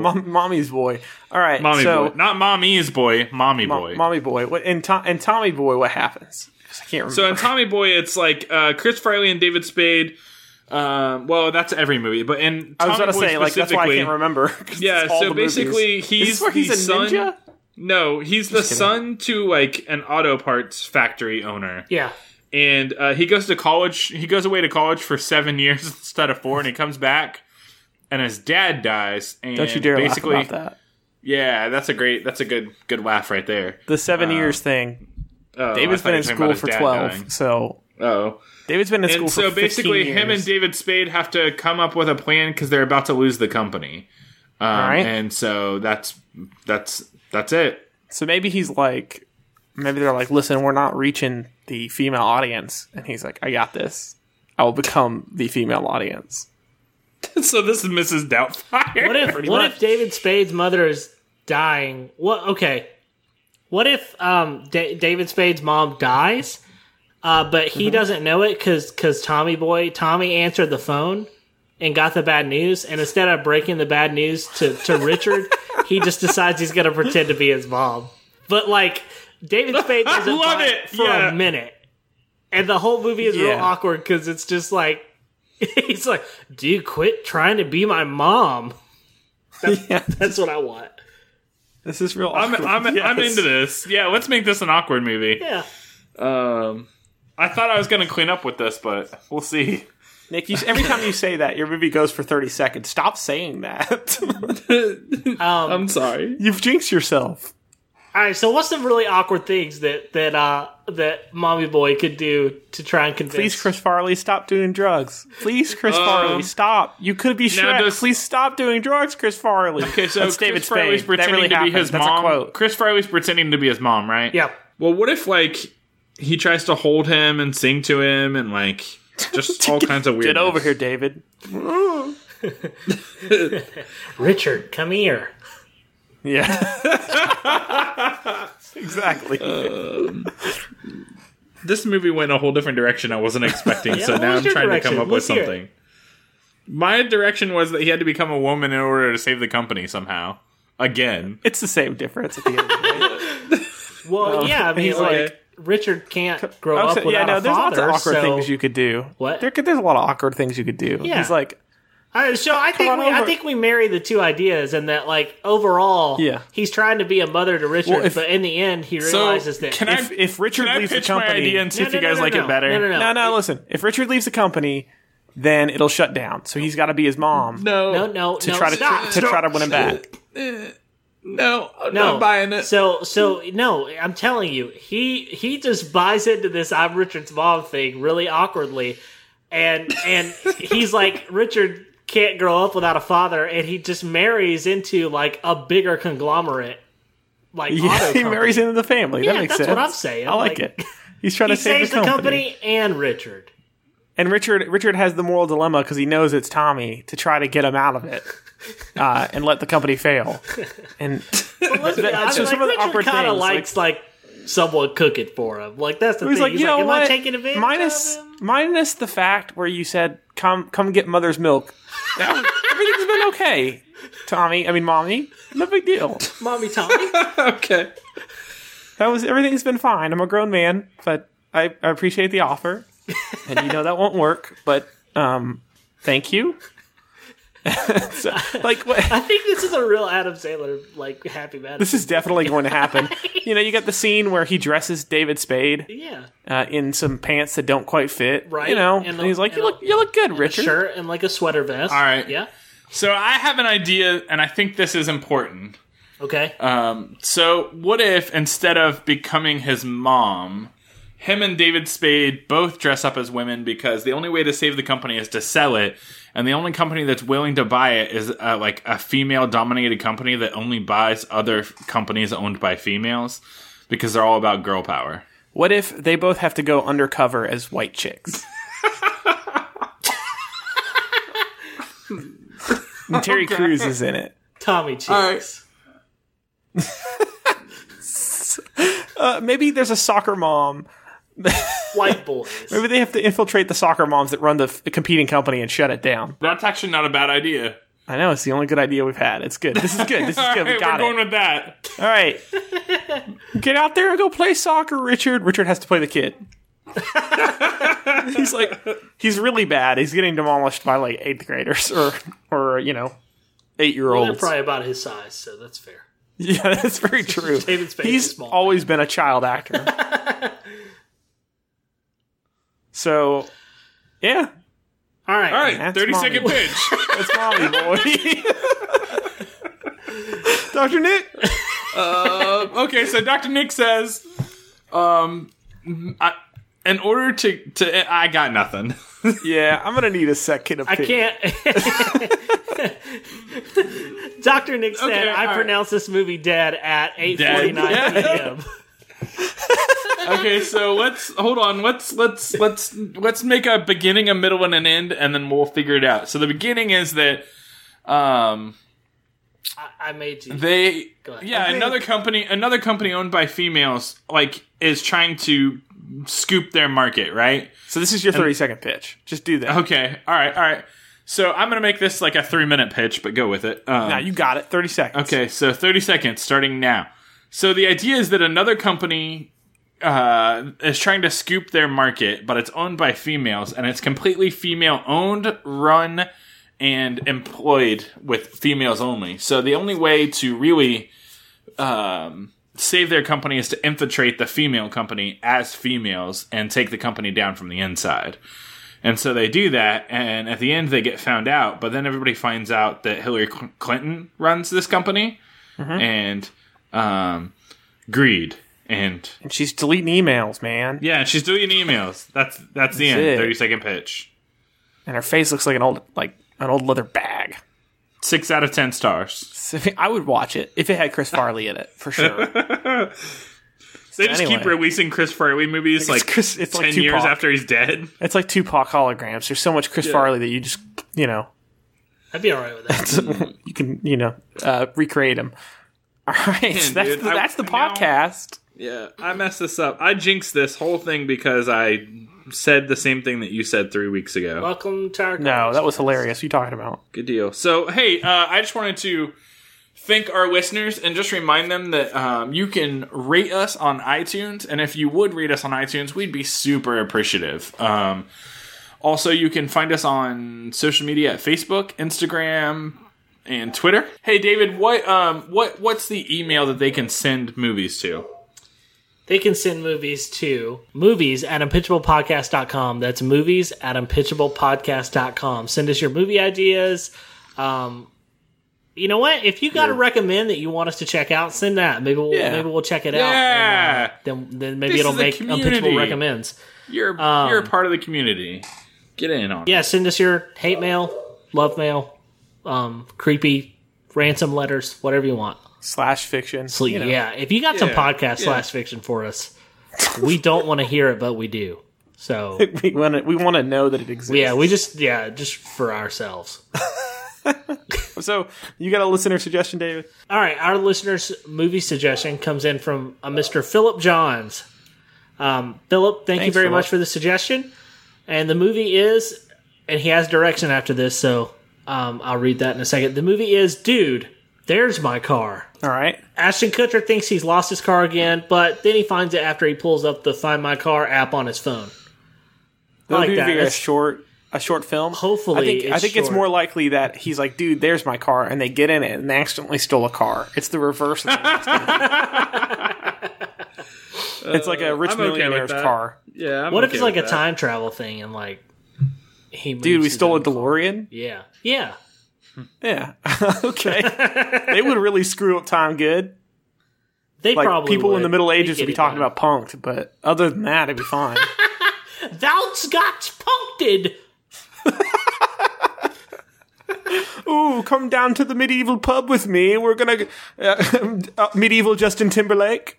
(laughs) Mom, mommy's boy. All right. mommy so, boy, not mommy's boy, mommy boy. Mommy boy. What, and, Tom, and Tommy boy, what happens? 'Cause I can't remember. So in Tommy Boy, it's like uh, Chris Farley and David Spade. Um, well, that's every movie, but in Tommy I was going to Boy say, like, that's why I specifically- can't remember. (laughs) 'cause Yeah, it's all so the movies. basically he's Is this where he's the a son- ninja? No, he's the son to like an auto parts factory owner, Yeah. and uh, he goes to college. He goes away to college for seven (laughs) years instead of four, and he comes back, and his dad dies. And Don't you dare basically, laugh about that. Yeah, that's a great. That's a good good laugh right there. The seven years thing. Uh, Oh, David's I thought been in you were talking about school his for dad 12, dying. so. Oh. David's been in school and for so 15 basically him years. and david spade have to come up with a plan because they're about to lose the company um, right. and so that's that's that's it So maybe he's like, maybe they're like, listen, we're not reaching the female audience, and he's like, I got this. I will become the female audience. (laughs) so this is mrs doubtfire What if what if David Spade's mother is dying? What okay? What if um Da David Spade's mom dies, uh, but Mm-hmm. he doesn't know it because because Tommy Boy Tommy answered the phone and got the bad news, and instead of breaking the bad news to to (laughs) Richard, he just decides he's gonna pretend to be his mom. But like David (laughs) Spade doesn't love buy it, for yeah. a minute, and the whole movie is real Yeah. awkward because it's just like. (laughs) He's like, dude, quit trying to be my mom. (laughs) yeah, That's what I want. this is real. (laughs) I'm, I'm, I'm into this yeah let's make this an awkward movie Yeah. um, i thought i was going to clean up with this but we'll see Nick. You, every time you say that, your movie goes for thirty seconds. Stop saying that. (laughs) Um, i'm sorry You've jinxed yourself. Um, All right. So, what's some really awkward things that that uh that mommy boy could do to try and convince? Please, Chris Farley, stop doing drugs. Please, Chris Farley, stop. You could be Shrek. Um, does- Please stop doing drugs, Chris Farley. (laughs) okay so That's chris David Spade. farley's That pretending really to be happened. his That's mom a quote. chris farley's pretending to be his mom right Yeah. Well, what if like he tries to hold him and sing to him and like (laughs) just all kinds of weird. Get over here, David. Richard, come here. Yeah. (laughs) exactly. Uh. This movie went a whole different direction I (laughs) wasn't expecting, so what now was I'm your trying to direction? come up Let's with hear it. something. My direction was that he had to become a woman in order to save the company somehow. Again, It's the same difference at the end of the day. Well, yeah. I mean, Oh, he's like like- Richard can't grow Oh, up so- without yeah, no, a there's father. lots of awkward so, things you could do. What? There could, there's a lot of awkward things you could do. Yeah. He's like, All right, so I think on we, I over. think we marry the two ideas, and that like overall, Yeah. he's trying to be a mother to Richard, Well, if- but in the end, he so realizes that can if, I if Richard can I leaves the pitch my company, idea and see No, if no, you no, guys no, like no. it better? No, no, no. no, no, listen. If Richard leaves the company, then it'll shut down. So he's got to be his mom no, no, to no, try to stop. to try to win him back. no, I'm no, So, so no, I'm telling you, he he just buys into this "I'm Richard's mom" thing really awkwardly, and and (laughs) he's like Richard can't grow up without a father, and he just marries into like a bigger conglomerate, like (laughs) Yeah, auto he company. marries into the family. Yeah, that makes that's sense. what I'm saying. I like, Like, it. (laughs) He's trying He to save saves his the company and Richard. And Richard Richard has the moral dilemma because he knows it's Tommy to try to get him out (laughs) of it uh, and let the company fail. And Let's be honest, so like, some of the Richard awkward kinda things, like- likes like, someone cooking for him. Like that's the He's (laughs) thing. like, He's you like, know am what? I taking advantage minus of him? minus the fact where you said come come get mother's milk. (laughs) That was- everything's been okay, Tommy. I mean, mommy. No big deal. (laughs) mommy Tommy? okay. That was everything's been fine. I'm a grown man, but I, I appreciate the offer, and you know that won't work. But um, thank you. (laughs) So, like what? I think this is a real Adam Sandler like happy man. this is definitely going to happen. You know, you got the scene where he dresses David Spade yeah, uh, in some pants that don't quite fit. Right. You know, And and, the- he's like, and "You look, the- you look good, a Richard." shirt and like a sweater vest. All right. yeah, So I have an idea, and I think this is important. okay. Um, so what if instead of becoming his mom, him and David Spade both dress up as women because the only way to save the company is to sell it, and the only company that's willing to buy it is uh, like a female-dominated company that only buys other f- companies owned by females because they're all about girl power. What if they both have to go undercover as white (laughs) chicks? And Terry Crews is in it. Tommy cheeks. Uh, maybe there's a soccer mom. White (laughs) boys. Maybe they have to infiltrate the soccer moms that run the f- competing company and shut it down. That's actually not a bad idea. I know it's the only good idea we've had. It's good. This is good. This is All good. right, We got we're it. going with that. All right, get out there and go play soccer, Richard. Richard has to play the kid. he's like, he's really bad. He's getting demolished by like eighth graders or or you know, eight year They're olds. probably about his size, so that's fair. (laughs) Yeah, that's very true. David Spade's a He's small always been a child actor. (laughs) so, yeah, All right. All right, That's thirty mommy. second (laughs) pitch. that's mommy boy. Dr. Nick, Um, okay, so Dr. Nick says, um, I, in order to, to, I got nothing. yeah, I'm gonna need a second of I can't. (laughs) Dr. Nick said, Okay, all I right. pronounce this movie dead at 8.49 Dead. (laughs) p.m. okay, so let's, hold on, let's, let's, let's, let's make a beginning, a middle, and an end, and then we'll figure it out. So the beginning is that, um, I, I made you. they, ahead. yeah, another company, another company owned by females, like, is trying to scoop their market, right? So this is your 30 second pitch. Just do that. Okay, all right, all right. So I'm gonna make this like a three minute pitch, but go with it. Um, Now you got it. 30 seconds. Okay, so 30 seconds starting now. So the idea is that another company uh, is trying to scoop their market, but it's owned by females and it's completely female owned, run, and employed with females only. So the only way to really um, save their company is to infiltrate the female company as females and take the company down from the inside. And so they do that, and at the end they get found out. But then everybody finds out that Hillary Cl- Clinton runs this company, Mm-hmm. and um, greed, and And she's deleting emails, man. yeah, and she's doing emails. That's that's the end. it. Thirty second pitch. And her face looks like an old like an old leather bag. Six out of ten stars. So I would watch it if it had Chris Farley in it for (laughs) sure. They just keep Anyway. releasing Chris Farley movies like Chris- it's ten like years Tupac. after he's dead. It's like Tupac holograms. There's so much Chris Farley that you just you know I'd be all right with (laughs) that. you can you know uh, recreate him. (laughs) All right, so that's dude, the, I- that's the now- podcast. Yeah, I messed this up. I jinxed this whole thing because I said the same thing that you said three weeks ago. Welcome to our No, that was hilarious. What are you talking about? Good deal. So, hey, uh, I just wanted to thank our listeners and just remind them that um, you can rate us on iTunes. And if you would rate us on iTunes, we'd be super appreciative. Um, also, you can find us on social media at Facebook, Instagram, and Twitter. Hey, David, what um, what what's the email that they can send movies to? They can send movies to movies at unpitchablepodcast.com. That's movies at unpitchablepodcast.com. Send us your movie ideas. Um, you know what? If you got to recommend that you want us to check out, send that. Maybe we'll Yeah. maybe we'll check it out. And, uh, Yeah. then then maybe This it'll is a make community. unpitchable recommends. You're Um, you're a part of the community. Get in on. it. Yeah, send us your hate mail, love mail, um, creepy ransom letters, whatever you want. Slash fiction. Please, You know. yeah. If you got some Yeah, podcast yeah. slash fiction for us, we don't want to hear it, but we do. So (laughs) we want to we want to know that it exists. yeah, we just yeah, just for ourselves. So you got a listener suggestion, David? All right, our listener's movie suggestion comes in from a Mr. Philip Johns. Um, Philip, thank Thanks, you very Philip. much for the suggestion. And the movie is, and he has direction after this, so um, I'll read that in a second. The movie is Dude, There's My Car. All right. Ashton Kutcher thinks he's lost his car again, but then he finds it after he pulls up the Find My Car app on his phone. They'll like do that. be a That's- short a short film. Hopefully I think it's I think it's short. more likely that he's like, dude, there's my car, and they get in it and they accidentally stole a car. It's the reverse. (laughs) of it's like Uh, a rich I'm okay with millionaire's that. car. Yeah. I'm What if okay it's like a with that. time travel thing and like he moves Dude, we his stole a own- DeLorean. Yeah. Yeah. Yeah. (laughs) (laughs) okay. they would really screw up time good. They Like probably people in would. the Middle They Ages would get be it talking done. about punked, but other than that, it'd be (laughs) fine. Thou's got puncted. Ooh, come down to the medieval pub with me. We're gonna uh, (laughs) uh, medieval Justin Timberlake.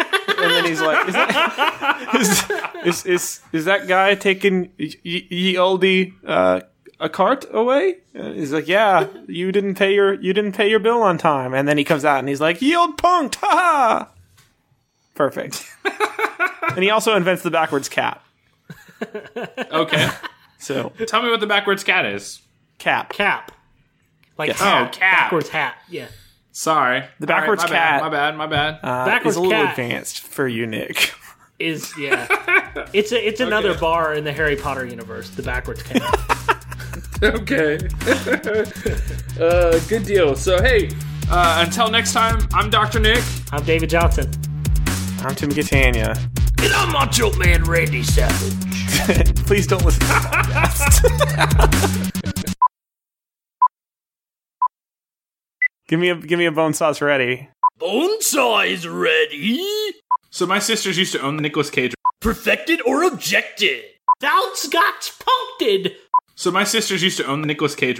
and then he's like, is that, (laughs) is, is, is, is that guy taking y- y- ye olde uh, a cart away? Uh, he's like, yeah, you didn't pay your you didn't pay your bill on time. And then he comes out and he's like, ye old punked, ha ha. Perfect. (laughs) and he also invents the backwards cap. (laughs) Okay. So Tell me what the backwards cat is. cap. Cap. Like Yes. hat. Oh, cap. Backwards hat. Yeah. Sorry. The backwards cat. my bad. My bad. Uh, is Backwards a little cap. advanced for you, Nick. Is (laughs) yeah. it's a, it's another bar in the Harry Potter universe, the backwards cap. (laughs) okay. (laughs) uh, good deal. So hey, Uh, until next time, I'm Dr. Nick. I'm David Johnson. I'm Tim Catania. And I'm Macho Man Randy Savage. (laughs) Please don't listen. give me a give me a bone sauce ready. Bone saw is ready. so my sisters used to own the Nicolas Cage. Perfected or objected? Thou's got puncted. So my sisters used to own the Nicolas Cage